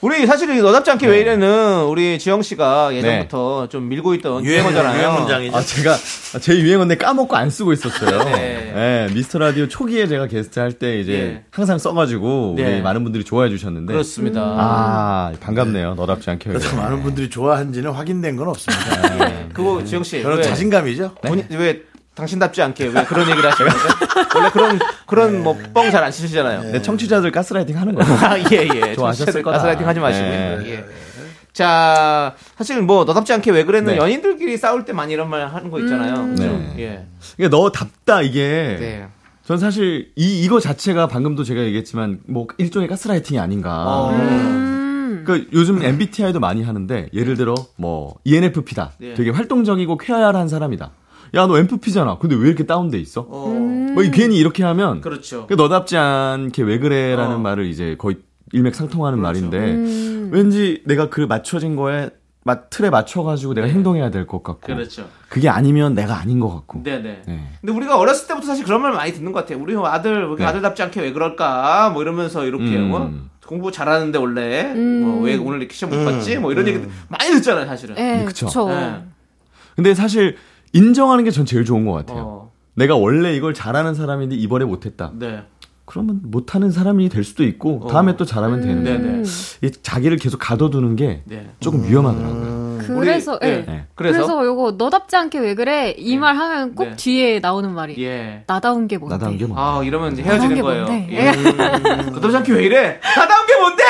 Speaker 2: 우리 사실 이 너답지 않게 왜 이래는 우리 지영 씨가 예전부터 좀 밀고 있던 유행어잖아요.
Speaker 1: 유행 문장이죠.
Speaker 7: 아, 제가 제 유행어인데 까먹고 안 쓰고 있었어요.
Speaker 2: 네.
Speaker 7: 네. 미스터 라디오 초기에 제가 게스트 할 때 이제
Speaker 2: 예.
Speaker 7: 항상 써가지고 우리
Speaker 2: 네.
Speaker 7: 많은 분들이 좋아해 주셨는데.
Speaker 2: 그렇습니다. 그렇죠.
Speaker 7: 아, 반갑네요. 너답지 않게.
Speaker 1: 그래서 많은 분들이 좋아하는지는 확인된 건 없습니다.
Speaker 5: 네.
Speaker 2: 그거 지영 씨.
Speaker 1: 저는
Speaker 2: 왜-
Speaker 1: 자신감이죠.
Speaker 7: 네.
Speaker 2: 본인- 왜 당신답지 않게 왜 그런 얘기를 하시는 거죠? 원래 그런 그런 뭐 뻥 잘 안 치시잖아요.
Speaker 7: 네, 청취자들 가스라이팅 하는 거예요.
Speaker 2: 아, 예, 예.
Speaker 7: 좋아하셨을 거다.
Speaker 2: 가스라이팅 하지 마시고요.
Speaker 7: 네.
Speaker 2: 예. 자, 사실 뭐, 너답지 않게 왜 그랬는
Speaker 7: 네.
Speaker 2: 연인들끼리 싸울 때 많이 이런 말 하는 거 있잖아요. 그죠?
Speaker 7: 네.
Speaker 2: 예.
Speaker 7: 이게 너답다 이게.
Speaker 2: 네.
Speaker 7: 전 사실 이 이거 자체가 방금도 제가 얘기했지만 뭐 일종의 가스라이팅이 아닌가.
Speaker 2: 어.
Speaker 7: 그 요즘 MBTI도 많이 하는데 예를 들어 뭐 ENFP다.
Speaker 2: 예.
Speaker 7: 되게 활동적이고 쾌활한 사람이다. 야 너 MFP잖아. 근데 왜 이렇게 다운돼 있어?
Speaker 2: 어,
Speaker 7: 뭐이 괜히 이렇게 하면
Speaker 2: 그렇죠.
Speaker 7: 그 너답지 않게 왜 그래라는
Speaker 2: 어.
Speaker 7: 말을 이제 거의 일맥상통하는
Speaker 2: 그렇죠.
Speaker 7: 말인데
Speaker 2: 음.
Speaker 7: 음. 왠지 내가 그 맞춰진 거에 맞 틀에 맞춰가지고 내가 행동해야 될 것 같고
Speaker 2: 네. 그렇죠.
Speaker 7: 게 아니면 내가 아닌 것 같고
Speaker 2: 네네.
Speaker 7: 네.
Speaker 2: 근데 우리가 어렸을 때부터 사실 그런 말 많이 듣는 것 같아요. 우리 아들, 왜 이렇게
Speaker 7: 네.
Speaker 2: 아들답지 않게 왜 그럴까? 뭐 이러면서 이렇게,
Speaker 7: 음.
Speaker 2: 뭐 공부 잘하는데 원래, 뭐 왜 오늘 이렇게
Speaker 7: 음.
Speaker 2: 시험 못 봤지? 뭐 이런 얘기 많이 듣잖아요, 사실은.
Speaker 5: 예,
Speaker 7: 그쵸.
Speaker 5: 그쵸.
Speaker 2: 예.
Speaker 7: 근데 사실 인정하는 게 전 제일 좋은 것 같아요.
Speaker 2: 어,
Speaker 7: 내가 원래 이걸 잘하는 사람인데 이번에 못했다.
Speaker 2: 네.
Speaker 7: 그러면 못하는 사람이 될 수도 있고 다음에 또 잘하면 되는데
Speaker 2: 네네.
Speaker 7: 이 자기를 계속 가둬두는 게
Speaker 2: 네.
Speaker 7: 조금 위험하더라고요.
Speaker 5: 그래서,
Speaker 2: 우리-
Speaker 5: 예.
Speaker 2: 네.
Speaker 5: 그래서,
Speaker 2: 그래서,
Speaker 5: 요거 너답지 않게 왜 그래 이 말 하면 꼭
Speaker 2: 네.
Speaker 5: 뒤에 나오는 말이
Speaker 2: 예.
Speaker 5: 나다운 게 뭔데?
Speaker 7: 나다운 게 뭐?
Speaker 2: 아 이러면 이제 헤어지는
Speaker 5: 나다운 게
Speaker 2: 거예요.
Speaker 5: 뭔데?
Speaker 2: 예. 그도지 않게 왜 이래? 나다운 게 뭔데?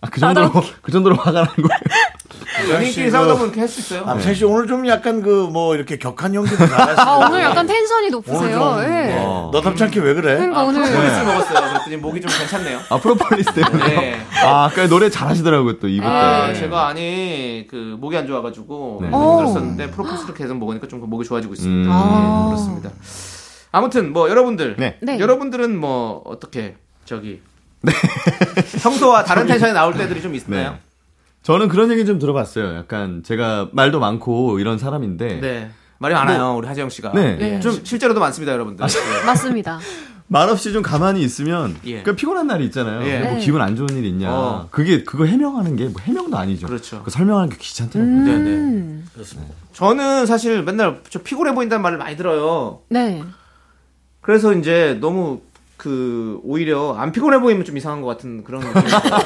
Speaker 7: 아, 그 정도로 그 정도로 화가 나는 거예요.
Speaker 2: 연인끼리 싸우다 보면 이렇게 할 수 있어요.
Speaker 1: 아, 사실 오늘 좀 약간 그 뭐 이렇게 격한 연기도 나가시고
Speaker 5: 네. 아 오늘 약간 텐션이 높으세요.
Speaker 1: 오늘 좀,
Speaker 5: 예.
Speaker 1: 어, 너답지 않게 왜 그래?
Speaker 2: 아,
Speaker 5: 그러니까 오늘
Speaker 7: 네.
Speaker 2: 프로폴리스 먹었어요. 그랬더니 목이 좀 괜찮네요.
Speaker 7: 아 프로폴리스 때문에.
Speaker 2: 네.
Speaker 7: 아, 아까 노래 잘하시더라고요, 또 이분.
Speaker 2: 아,
Speaker 7: 때.
Speaker 2: 제가 아니 그 목이 안 좋아가지고
Speaker 7: 네.
Speaker 5: 어.
Speaker 2: 너무 힘들었었는데 프로포스를 계속 먹으니까 좀그 목이 좋아지고 있습니다.
Speaker 7: 음.
Speaker 5: 아.
Speaker 2: 네, 그렇습니다. 아무튼 뭐 여러분들,
Speaker 7: 네.
Speaker 5: 네.
Speaker 2: 여러분들은 뭐 어떻게 저기 평소와 다른 텐션이 나올 때들이 좀
Speaker 7: 네.
Speaker 2: 있나요?
Speaker 7: 저는 그런 얘기 좀 들어봤어요. 약간 제가 말도 많고 이런 사람인데
Speaker 2: 네. 말이 많아요, 우리 하재영 씨가.
Speaker 7: 네. 아,
Speaker 2: 예, 좀 실제로도 많습니다, 여러분들. 예.
Speaker 5: 맞습니다.
Speaker 7: 말없이 좀 가만히 있으면
Speaker 2: 예.
Speaker 7: 그 피곤한 날이 있잖아요.
Speaker 2: 예.
Speaker 7: 뭐
Speaker 5: 네.
Speaker 7: 기분 안 좋은 일 있냐.
Speaker 2: 어.
Speaker 7: 그게 그거 해명하는 게 뭐 해명도 아니죠.
Speaker 2: 그렇죠.
Speaker 7: 그거 설명하는 게 귀찮더라고요.
Speaker 2: 네네.
Speaker 5: 음.
Speaker 2: 저는 사실 맨날 저 피곤해 보인다는 말을 많이 들어요.
Speaker 5: 네.
Speaker 2: 그래서 이제 너무 그 오히려 안 피곤해 보이면 좀 이상한 것 같은 그런 좀더좀더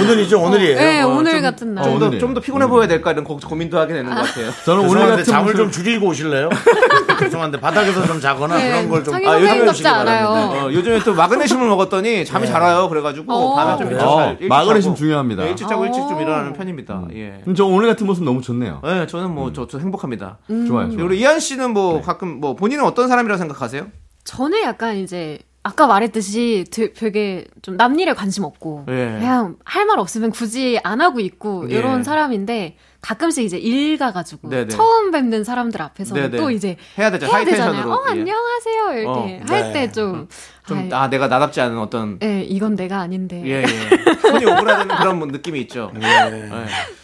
Speaker 1: 오늘이죠, 오늘이에요.
Speaker 5: 네,
Speaker 2: 어,
Speaker 5: 오늘
Speaker 2: 좀-
Speaker 5: 같은 날.
Speaker 7: 어, 오늘이에요.
Speaker 2: 피곤해 보여야 될까 이런 고, 고민도 하게 되는 것 같아요.
Speaker 7: 저는 오늘
Speaker 1: 죄송한데
Speaker 7: 같은
Speaker 1: 잠을
Speaker 7: 모습-
Speaker 1: 좀 줄이고 오실래요? 죄송한데 바닥에서 좀 자거나
Speaker 5: 네,
Speaker 1: 아, 그런 걸 좀.
Speaker 5: 자기 선생님 같지
Speaker 1: 바랍니다.
Speaker 5: 않아요.
Speaker 2: 어, 요즘에 또 마그네슘을 먹었더니 잠이 잘 와요. 그래가지고
Speaker 5: 어.
Speaker 2: 밤에 좀 일찍
Speaker 7: 어,
Speaker 2: 잘 일찍
Speaker 7: 마그네슘
Speaker 2: 자고,
Speaker 7: 중요합니다.
Speaker 2: 네, 일찍 자고 일찍 좀
Speaker 5: 어.
Speaker 2: 일어나는 편입니다. 예.
Speaker 7: 음, 저 오늘 같은 모습 너무 좋네요.
Speaker 2: 예, 저는 뭐 저, 저 행복합니다.
Speaker 7: 좋아요. 네. 좋아요.
Speaker 2: 우리 이한 씨는 뭐 가끔 뭐 본인은 어떤 사람이라고 생각하세요?
Speaker 5: 저는 약간 이제 아까 말했듯이 되- 되게 좀 남일에 관심 없고
Speaker 2: 예.
Speaker 5: 그냥 할 말 없으면 굳이 안 하고 있고
Speaker 2: 예.
Speaker 5: 이런 사람인데 가끔씩 이제 일 가가지고
Speaker 2: 네네.
Speaker 5: 처음 뵙는 사람들 앞에서
Speaker 2: 네네.
Speaker 5: 는또 이제
Speaker 2: 해야 되죠.
Speaker 5: 해야
Speaker 2: 하이
Speaker 5: 되잖아요.
Speaker 2: 텐션으로.
Speaker 5: 어
Speaker 2: 예.
Speaker 5: 안녕하세요 이렇게
Speaker 1: 어, 네.
Speaker 5: 할때 좀
Speaker 2: 좀
Speaker 5: 아,
Speaker 2: 아 내가 나답지 않은 어떤
Speaker 5: 예, 이건 내가 아닌데.
Speaker 2: 예, 예. 손이 오그라드는 그런 뭐 느낌이 있죠. 예.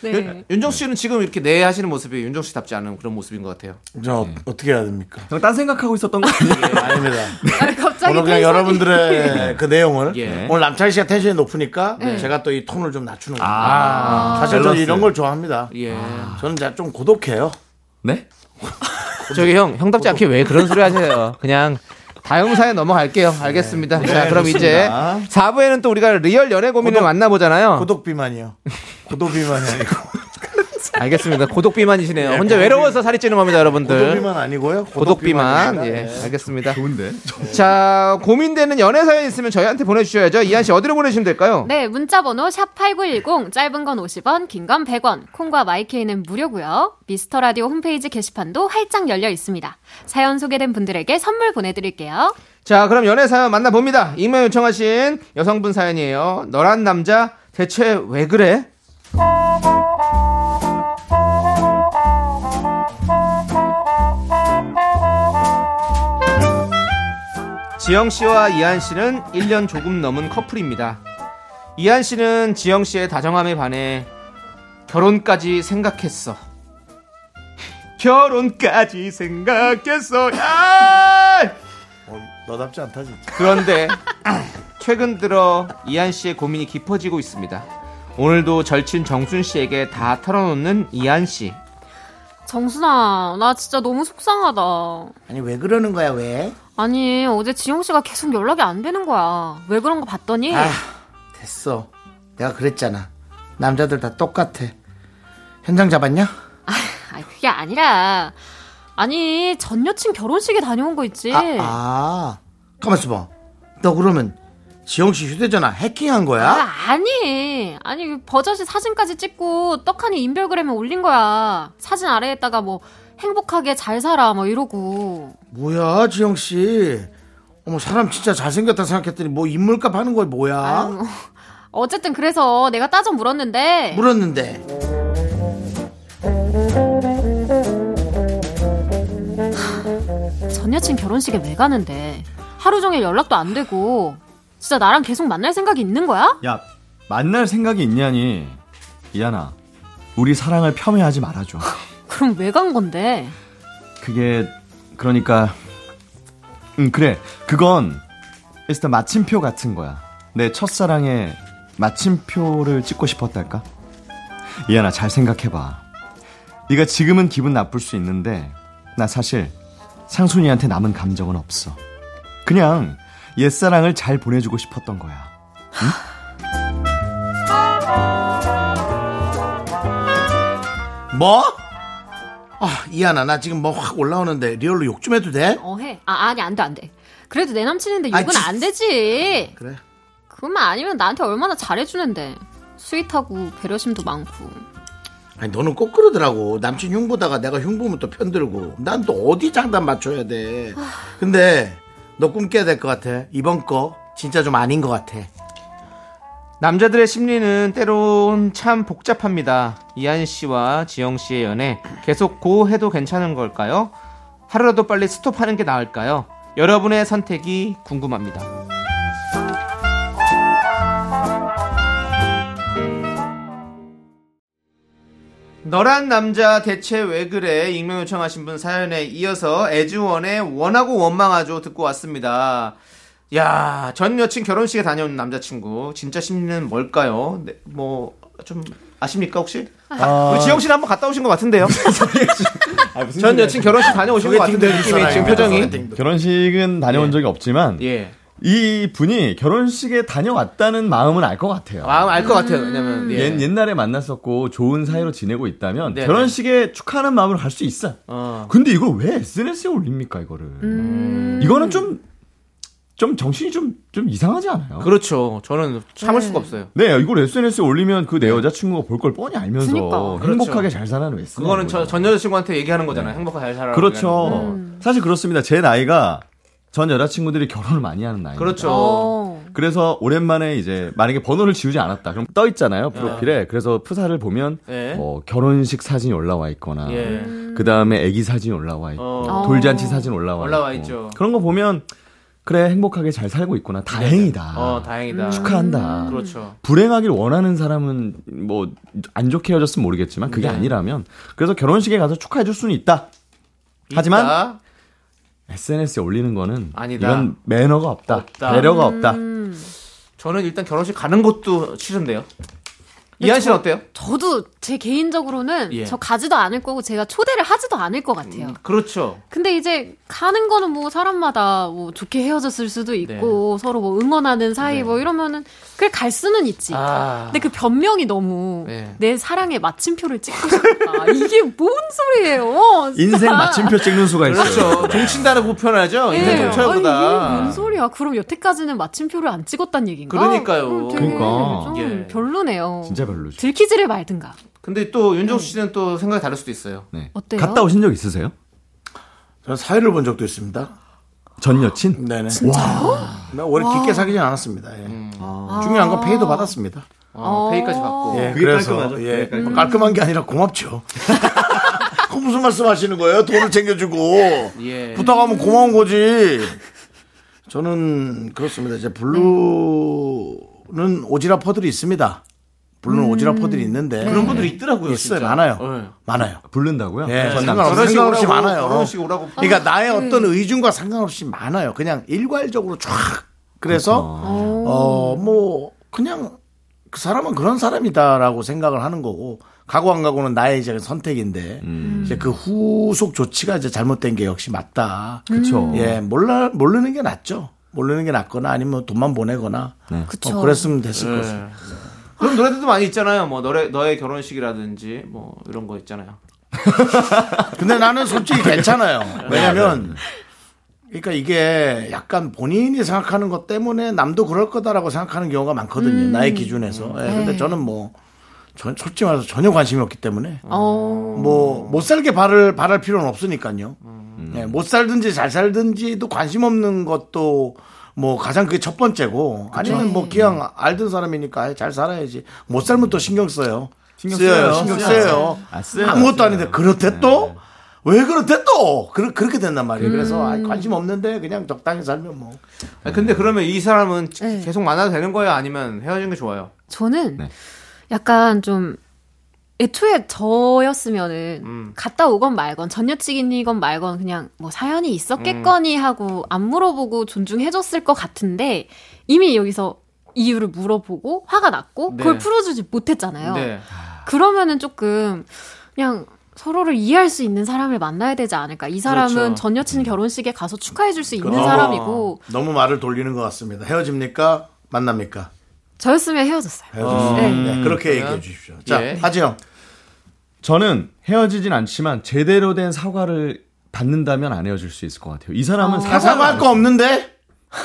Speaker 5: 네.
Speaker 2: 윤정수 씨는 지금 이렇게 내 하시는 모습이 윤정수 씨답지 않은 그런 모습인 것 같아요.
Speaker 1: 저
Speaker 5: 음.
Speaker 1: 어- 어떻게 해야 됩니까?
Speaker 7: 저딴 생각하고 있었던 거 아니에요?
Speaker 1: 아닙니다.
Speaker 5: 아니, 갑자기
Speaker 1: 오늘 그냥
Speaker 5: 텐션이-
Speaker 1: 여러분들의 그 내용을
Speaker 2: 예.
Speaker 1: 오늘 남창희 씨가 텐션이 높으니까
Speaker 5: 네.
Speaker 1: 제가 또 이 톤을 좀 낮추는 거예요.
Speaker 7: 아,
Speaker 1: 사실 저는
Speaker 7: 밸런스.
Speaker 1: 이런 걸 좋아합니다.
Speaker 2: 예.
Speaker 1: 저는 이제 좀 고독해요.
Speaker 7: 네?
Speaker 2: 저기 형, 형답지 않게 왜 그런 소리 하세요? 그냥 다음 사연 넘어갈게요. 알겠습니다. 자, 그럼 이제 4부에는 또 우리가 리얼 연애 고민을 만나보잖아요.
Speaker 1: 고독 비만이요. 고독 비만이 아니고
Speaker 2: 알겠습니다. 고독 비만이시네요. 혼자 외로워서 살이 찌는 겁니다,
Speaker 1: 고독
Speaker 2: 여러분들.
Speaker 1: 비만 아니고요.
Speaker 2: 네. 고독 비만.
Speaker 1: 비만입니다.
Speaker 2: 예, 알겠습니다.
Speaker 7: 좋은데.
Speaker 2: 자, 고민되는 연애 사연 있으면 저희한테 보내주셔야죠. 이한 씨 어디로 보내주시면 될까요?
Speaker 5: 네, 문자 번호 샵 8910 짧은 건 50원, 긴 건 100원. 콩과 마이케이는 무료고요. 미스터 라디오 홈페이지 게시판도 활짝 열려 있습니다. 사연 소개된 분들에게 선물 보내 드릴게요.
Speaker 2: 자, 그럼 연애 사연 만나봅니다. 익명 요청하신 여성분 사연이에요. 너란 남자 대체 왜 그래? 지영 씨와 이한 씨는 1년 조금 넘은 커플입니다. 이한 씨는 지영 씨의 다정함에 반해 결혼까지 생각했어. 결혼까지 생각했어. 야!
Speaker 1: 어, 너답지 않다 진짜.
Speaker 2: 그런데 최근 들어 이한 씨의 고민이 깊어지고 있습니다. 오늘도 절친 정순 씨에게 다 털어놓는 이한 씨.
Speaker 5: 정순아, 나 진짜 너무 속상하다.
Speaker 1: 아니 왜 그러는 거야 왜?
Speaker 5: 아니, 어제 지영 씨가 계속 연락이 안 되는 거야. 왜 그런 거 봤더니
Speaker 1: 아 됐어. 내가 그랬잖아. 남자들 다 똑같아. 현장 잡았냐?
Speaker 5: 아니, 그게 아니라 아니 전 여친 결혼식에 다녀온 거 있지
Speaker 1: 아, 아 가만 있어봐. 너 그러면 지영 씨 휴대전화 해킹한 거야?
Speaker 5: 아, 니 아니 버젓이 사진까지 찍고 떡하니 인별그램에 올린 거야 사진 아래에다가 뭐 행복하게 잘 살아 뭐 이러고
Speaker 1: 뭐야 지영 씨. 어머 사람 진짜 잘생겼다 생각했더니 뭐 인물값 하는 거야 뭐야?
Speaker 5: 아유, 뭐. 어쨌든 그래서 내가 따져 물었는데
Speaker 1: 물었는데
Speaker 5: 전 여친 결혼식에 왜 가는데 하루 종일 연락도 안 되고 진짜 나랑 계속 만날 생각이 있는 거야?
Speaker 7: 야, 만날 생각이 있냐니. 이하나, 우리 사랑을 폄훼하지 말아줘.
Speaker 5: 그럼 왜 간 건데?
Speaker 7: 그게, 그러니까, 음, 그래. 그건, 일단 마침표 같은 거야. 내 첫사랑에 마침표를 찍고 싶었달까? 이하나, 잘 생각해봐. 네가 지금은 기분 나쁠 수 있는데, 나 사실 상순이한테 남은 감정은 없어. 그냥 옛사랑을 잘 보내주고 싶었던 거야.
Speaker 1: 뭐? 아 이하나 나 지금 뭐 확 올라오는데 리얼로 욕 좀 해도 돼?
Speaker 5: 어, 해. 아, 아니, 안 돼, 안 돼. 그래도 내 남친인데
Speaker 1: 아이,
Speaker 5: 욕은
Speaker 1: 진-
Speaker 5: 안 되지.
Speaker 1: 아, 그래.
Speaker 5: 그만 아니면 나한테 얼마나 잘해주는데. 스윗하고 배려심도 많고.
Speaker 1: 아니 너는 꼭 그러더라고 남친 흉 보다가 내가 흉 보면 또 편들고 난 또 어디 장단 맞춰야 돼 근데 너 꿈깨야 될 것 같아 이번 거 진짜 좀 아닌 것 같아
Speaker 2: 남자들의 심리는 때론 참 복잡합니다. 이한 씨와 지영 씨의 연애 계속 고해도 괜찮은 걸까요? 하루라도 빨리 스톱하는 게 나을까요? 여러분의 선택이 궁금합니다. 너란 남자 대체 왜 그래 익명 요청하신 분 사연에 이어서 애즈원의 원하고 원망하죠 듣고 왔습니다. 야, 전 여친 결혼식에 다녀온 남자친구. 진짜 심리는 뭘까요? 네, 뭐, 좀, 아십니까, 혹시? 우리 지영 씨는 한번 갔다 오신 것 같은데요? 전 여친 결혼식 다녀오신 것 같은데, 느낌이, 지금 표정이.
Speaker 7: 결혼식은 다녀온 적이 없지만
Speaker 2: 예.
Speaker 7: 이 분이 결혼식에 다녀왔다는 마음은 알 것 같아요.
Speaker 2: 마음 알 것 같아요, 왜냐면. 예. 음.
Speaker 7: 옛, 옛날에 만났었고 좋은 사이로 지내고 있다면
Speaker 2: 네.
Speaker 7: 결혼식에 축하하는 마음으로 갈 수 있어.
Speaker 2: 어. 음.
Speaker 7: 근데 이걸 왜 SNS에 올립니까 이거를?
Speaker 5: 음.
Speaker 7: 이거는 좀 좀 정신이 좀 좀 이상하지 않아요?
Speaker 2: 그렇죠. 저는 참을 수가 없어요.
Speaker 7: 네, 이걸 SNS에 올리면 그 내
Speaker 2: 네.
Speaker 7: 여자친구가 볼 걸 뻔히 알면서
Speaker 5: 그러니까.
Speaker 7: 행복하게 잘 사는 왜
Speaker 2: 그렇죠.
Speaker 7: 쓰냐?
Speaker 2: 그거는 저, 전 여자친구한테 얘기하는 거잖아요. 행복하게 잘 음. 살아라.
Speaker 7: 네. 그렇죠. 사실 그렇습니다. 제 나이가 전 여자친구들이 결혼을 많이 하는 나이.
Speaker 2: 그렇죠.
Speaker 5: 어.
Speaker 7: 그래서 오랜만에 이제 만약에 번호를 지우지 않았다 그럼 떠 있잖아요 프로필에
Speaker 2: 네.
Speaker 7: 그래서 프사를 보면
Speaker 2: 예.
Speaker 7: 뭐 결혼식 사진이 올라와 있거나
Speaker 2: 예.
Speaker 7: 그 다음에 아기 사진 올라와 있고
Speaker 2: 어.
Speaker 7: 돌잔치 사진 올라와,
Speaker 2: 올라와
Speaker 7: 있고.
Speaker 2: 있죠. 네,
Speaker 7: 그런 거 보면 그래 행복하게 잘 살고 있구나 다행이다
Speaker 5: 아.
Speaker 2: 어, 다행이다.
Speaker 7: 음, 축하한다
Speaker 2: 그렇죠.
Speaker 7: 불행하길 원하는 사람은 뭐 안 좋게 헤어졌으면 모르겠지만 그게
Speaker 2: 네.
Speaker 7: 아니라면 그래서 결혼식에 가서 축하해줄 수는 있다 음. 하지만
Speaker 2: 있다.
Speaker 7: SNS에 올리는 거는
Speaker 2: 아니다.
Speaker 7: 이건 매너가 없다,
Speaker 2: 없다. 음.
Speaker 7: 배려가 없다
Speaker 5: 음.
Speaker 2: 저는 일단 결혼식 가는 것도 싫은데요. 이한 씨는 어때요?
Speaker 5: 저도 제 개인적으로는
Speaker 2: 예.
Speaker 5: 저 가지도 않을 거고 제가 초대를 하지도 않을 것 같아요.
Speaker 2: 그렇죠.
Speaker 5: 근데 이제 가는 거는 뭐 사람마다 뭐 좋게 헤어졌을 수도
Speaker 2: 네.
Speaker 5: 있고 서로 뭐 응원하는 사이 뭐 이러면은 그래 갈 수는 있지.
Speaker 2: 아.
Speaker 5: 근데 그 변명이 너무
Speaker 2: 네.
Speaker 5: 내 사랑에 마침표를 찍고 싶다. 이게 뭔 소리예요? 진짜.
Speaker 7: 인생 마침표 찍는 수가 있어요
Speaker 2: 그렇죠. 종친다라고 표현하죠.
Speaker 5: 예.
Speaker 2: 인생
Speaker 5: 아니, 이게
Speaker 2: 종철보다.
Speaker 5: 뭔 소리야? 그럼 여태까지는 마침표를 안 찍었단 얘기인가? 어,
Speaker 2: 그러니까요.
Speaker 5: 되게
Speaker 7: 그러니까.
Speaker 5: 좀
Speaker 2: 예.
Speaker 5: 별로네요.
Speaker 7: 진짜 별로죠
Speaker 5: 들키지를 말든가.
Speaker 2: 근데 또 윤정수 씨는 또 생각이 다를 수도 있어요.
Speaker 7: 네.
Speaker 5: 어때요?
Speaker 7: 갔다 오신 적 있으세요?
Speaker 1: 저는 사회를 본 적도 있습니다
Speaker 7: 전 여친?
Speaker 1: 네네 나 오래
Speaker 2: 아.
Speaker 1: 깊게 사귀진 않았습니다 예. 중요한 건 페이도 받았습니다
Speaker 2: 어, 페이까지 받고.
Speaker 1: 예,
Speaker 7: 그게
Speaker 1: 그래서
Speaker 7: 깔끔하죠.
Speaker 1: 예,
Speaker 2: 네,
Speaker 1: 뭐 깔끔한 게 아니라 고맙죠. 그 무슨 말씀하시는 거예요? 돈을 챙겨주고
Speaker 2: 예.
Speaker 1: 부탁하면 고마운 거지. 저는 그렇습니다. 제 블루는 오지랖 퍼들이 있습니다. 부르는 오지랖퍼들이 있는데 예,
Speaker 2: 그런 분들이
Speaker 7: 예.
Speaker 2: 있더라고요.
Speaker 1: 있어요.
Speaker 2: 진짜.
Speaker 1: 많아요.
Speaker 2: 네.
Speaker 1: 많아요.
Speaker 7: 부른다고요?
Speaker 1: 예,
Speaker 7: 전
Speaker 1: 상관없이,
Speaker 7: 남친.
Speaker 1: 상관없이
Speaker 2: 오라고,
Speaker 1: 많아요.
Speaker 2: 결혼식 오라고.
Speaker 1: 그러니까 나의 어떤 의중과 상관없이 많아요. 그냥 일괄적으로 쫙. 그래서 어 뭐 그냥 그 사람은 그런 사람이다라고 생각을 하는 거고 가고 안 가고는 나의 이제 선택인데
Speaker 7: 음.
Speaker 1: 이제 그 후속 조치가 이제 잘못된 게 역시 맞다.
Speaker 7: 그쵸.
Speaker 1: 예, 몰라 모르는 게 낫죠. 모르는 게 낫거나 아니면 돈만 보내거나
Speaker 7: 네.
Speaker 5: 그쵸.
Speaker 1: 어, 그랬으면 됐을
Speaker 2: 네.
Speaker 1: 거죠.
Speaker 2: 그런 노래들도 많이 있잖아요. 뭐 너의 너의 결혼식이라든지 뭐 이런 거 있잖아요.
Speaker 1: 근데 나는 솔직히
Speaker 7: 네.
Speaker 1: 괜찮아요. 왜냐면 그러니까 이게 약간 본인이 생각하는 것 때문에 남도 그럴 거다라고 생각하는 경우가
Speaker 5: 음.
Speaker 1: 많거든요. 나의 기준에서. 예,
Speaker 5: 네.
Speaker 1: 근데 저는 뭐 전, 솔직히 말해서 전혀 관심이 없기 때문에
Speaker 2: 음.
Speaker 5: 어.
Speaker 1: 뭐 못 살게 바를 바랄 필요는 없으니까요. 예, 못 살든지 잘 살든지도 관심 없는 것도 뭐 가장 그게 첫 번째고 아니면 뭐 그냥 알던 사람이니까 아예 잘 살아야지 못 살면 또 신경 써요.
Speaker 7: 신경
Speaker 1: 쓰여요.
Speaker 7: 써요.
Speaker 1: 신경
Speaker 7: 쓰여요.
Speaker 1: 써요. 예. 네.
Speaker 7: 아, 쓰여요.
Speaker 1: 아무것도
Speaker 7: 쓰여요.
Speaker 1: 아닌데 그렇대 또. 왜 그렇대 또 그러, 그렇게 된단 말이에요. 그래서 아이, 관심 없는데 그냥 적당히 살면 뭐
Speaker 2: 아니, 근데
Speaker 7: 음.
Speaker 2: 그러면 이 사람은 지-
Speaker 5: 네.
Speaker 2: 계속 만나도 되는 거예요? 아니면 헤어진 게 좋아요?
Speaker 5: 저는
Speaker 7: 네.
Speaker 5: 약간 좀 애초에 저였으면은
Speaker 2: 음.
Speaker 5: 갔다 오건 말건 전 여친이건 말건 그냥 뭐 사연이
Speaker 2: 음.
Speaker 5: 있었겠거니 하고 안 물어보고 존중해줬을 것 같은데 이미 여기서 이유를 물어보고 화가 났고
Speaker 2: 네.
Speaker 5: 그걸 풀어주지 못했잖아요.
Speaker 2: 네.
Speaker 5: 그러면은 조금 그냥 서로를 이해할 수 있는 사람을 만나야 되지 않을까. 이 사람은
Speaker 2: 그렇죠.
Speaker 5: 전 여친 결혼식에 가서 축하해줄 수 있는
Speaker 1: 어.
Speaker 5: 사람이고
Speaker 1: 너무 말을 돌리는 것 같습니다. 헤어집니까? 만납니까?
Speaker 5: 저였으면 헤어졌어요.
Speaker 1: 헤어졌어요.
Speaker 5: 네.
Speaker 1: 네, 그렇게 얘기해 주십시오. 자,
Speaker 2: 예.
Speaker 1: 하지영.
Speaker 7: 저는 헤어지진 않지만 제대로 된 사과를 받는다면 안 헤어질 수 있을 것 같아요. 이 사람은
Speaker 1: 다
Speaker 7: 사과
Speaker 1: 사과할 거 없는데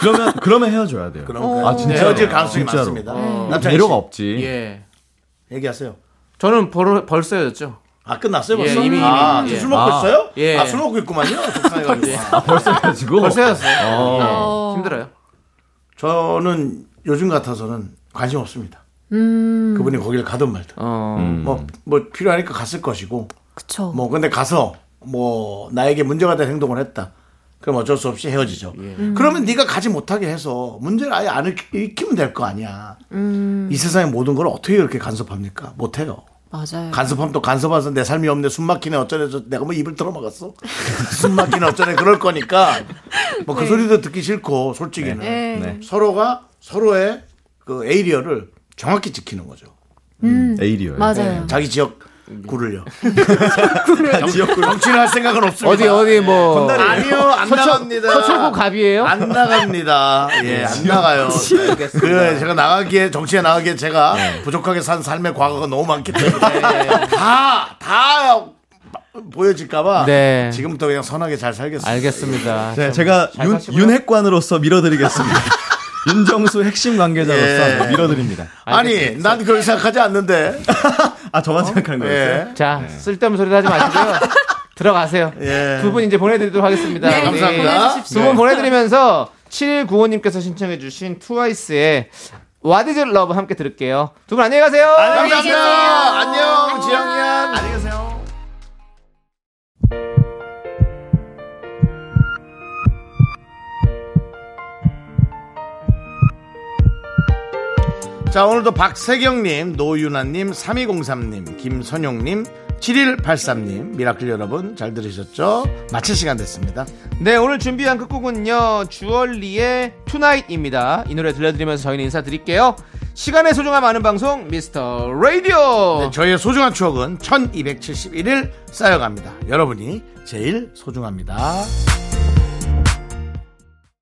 Speaker 7: 그러면 그러면 헤어져야 돼요.
Speaker 1: 그럼 그렇죠.
Speaker 7: 아 진짜
Speaker 1: 헤어질 가능성이 많습니다. 남창희
Speaker 7: 배려가
Speaker 1: 씨,
Speaker 7: 없지.
Speaker 2: 예.
Speaker 1: 얘기하세요.
Speaker 2: 저는 벌, 벌써 헤어졌죠.
Speaker 1: 아 끝났어요
Speaker 2: 예,
Speaker 1: 벌써?
Speaker 2: 이미, 이미.
Speaker 1: 아,
Speaker 2: 예.
Speaker 1: 술 먹고
Speaker 7: 아,
Speaker 1: 있어요?
Speaker 2: 예.
Speaker 1: 아 술 먹고 있구만요. 속상해가지고.
Speaker 7: 아, 벌써 헤어지고.
Speaker 2: 벌써 헤어졌어요. 네.
Speaker 5: 어.
Speaker 2: 힘들어요.
Speaker 1: 저는 요즘 같아서는 관심 없습니다.
Speaker 7: 음.
Speaker 1: 그분이 거기를 가든 말든
Speaker 2: 어.
Speaker 1: 뭐, 뭐 필요하니까 갔을 것이고
Speaker 5: 그쵸.
Speaker 1: 뭐 근데 가서 뭐 나에게 문제가 된 행동을 했다. 그럼 어쩔 수 없이 헤어지죠.
Speaker 7: 예.
Speaker 1: 음. 그러면 네가 가지 못하게 해서 문제를 아예 안 읽- 읽히면 될 거 아니야.
Speaker 7: 음.
Speaker 1: 이 세상의 모든 걸 어떻게 이렇게 간섭합니까? 못해요.
Speaker 5: 맞아요.
Speaker 1: 간섭하면 또 간섭해서 내 삶이 없네 숨 막히네 어쩌네 저- 내가 뭐 입을 털어먹었어 숨 막히네 어쩌네 그럴 거니까 뭐 그 소리도 듣기 싫고 솔직히는
Speaker 5: 네.
Speaker 7: 네.
Speaker 1: 서로가 서로의 그 에이리어를 정확히 지키는 거죠
Speaker 2: 네.
Speaker 7: 에이리어요.
Speaker 5: 맞아요.
Speaker 1: 자기 지역 구를요
Speaker 7: 네.
Speaker 1: 지역구 정치를 할 생각은 없습니다
Speaker 2: 어디 어디 뭐
Speaker 1: 아니요 안 나갑니다
Speaker 2: 서초구 갑이에요? 아,
Speaker 1: 안 나갑니다. 예, 안 나가요. 그 제가 나가기에 정치에 나가기에 제가 부족하게 산 삶의 과거가 너무 많기 때문에 다 다 보여질까봐
Speaker 2: 네.
Speaker 1: 지금부터 그냥 선하게 잘 살겠습니다.
Speaker 2: 알겠습니다.
Speaker 7: 네, 제가
Speaker 2: 잘 사시고요.
Speaker 7: 윤, 윤핵관으로서 밀어드리겠습니다. 윤정수 핵심 관계자로서
Speaker 1: 예.
Speaker 7: 밀어드립니다.
Speaker 1: 아니, 난 그렇게 생각하지 않는데.
Speaker 7: 아 저만 생각한 거였어요?
Speaker 1: 예.
Speaker 2: 자 쓸데없는 소리 하지 마시고요. 들어가세요.
Speaker 1: 예.
Speaker 2: 두 분 이제 보내드리도록 하겠습니다.
Speaker 5: 네,
Speaker 1: 감사합니다.
Speaker 2: 두 분 보내드리면서 7195님께서 신청해주신 트와이스의 What is your love 함께 들을게요. 두 분 안녕히 가세요.
Speaker 1: 네, 감사합니다. 안녕, 지영이야. 안녕히 계세요.
Speaker 7: 예.
Speaker 1: 자, 오늘도 박세경님, 노유나님, 3203님, 김선용님, 7183님, 미라클 여러분 잘 들으셨죠? 마칠 시간 됐습니다.
Speaker 2: 네 오늘 준비한 끝곡은요 주얼리의 투나잇입니다. 이 노래 들려드리면서 저희는 인사드릴게요. 시간의 소중함 아는 방송 미스터 라디오.
Speaker 1: 네, 저희의 소중한 추억은 1271일 쌓여갑니다. 여러분이 제일 소중합니다.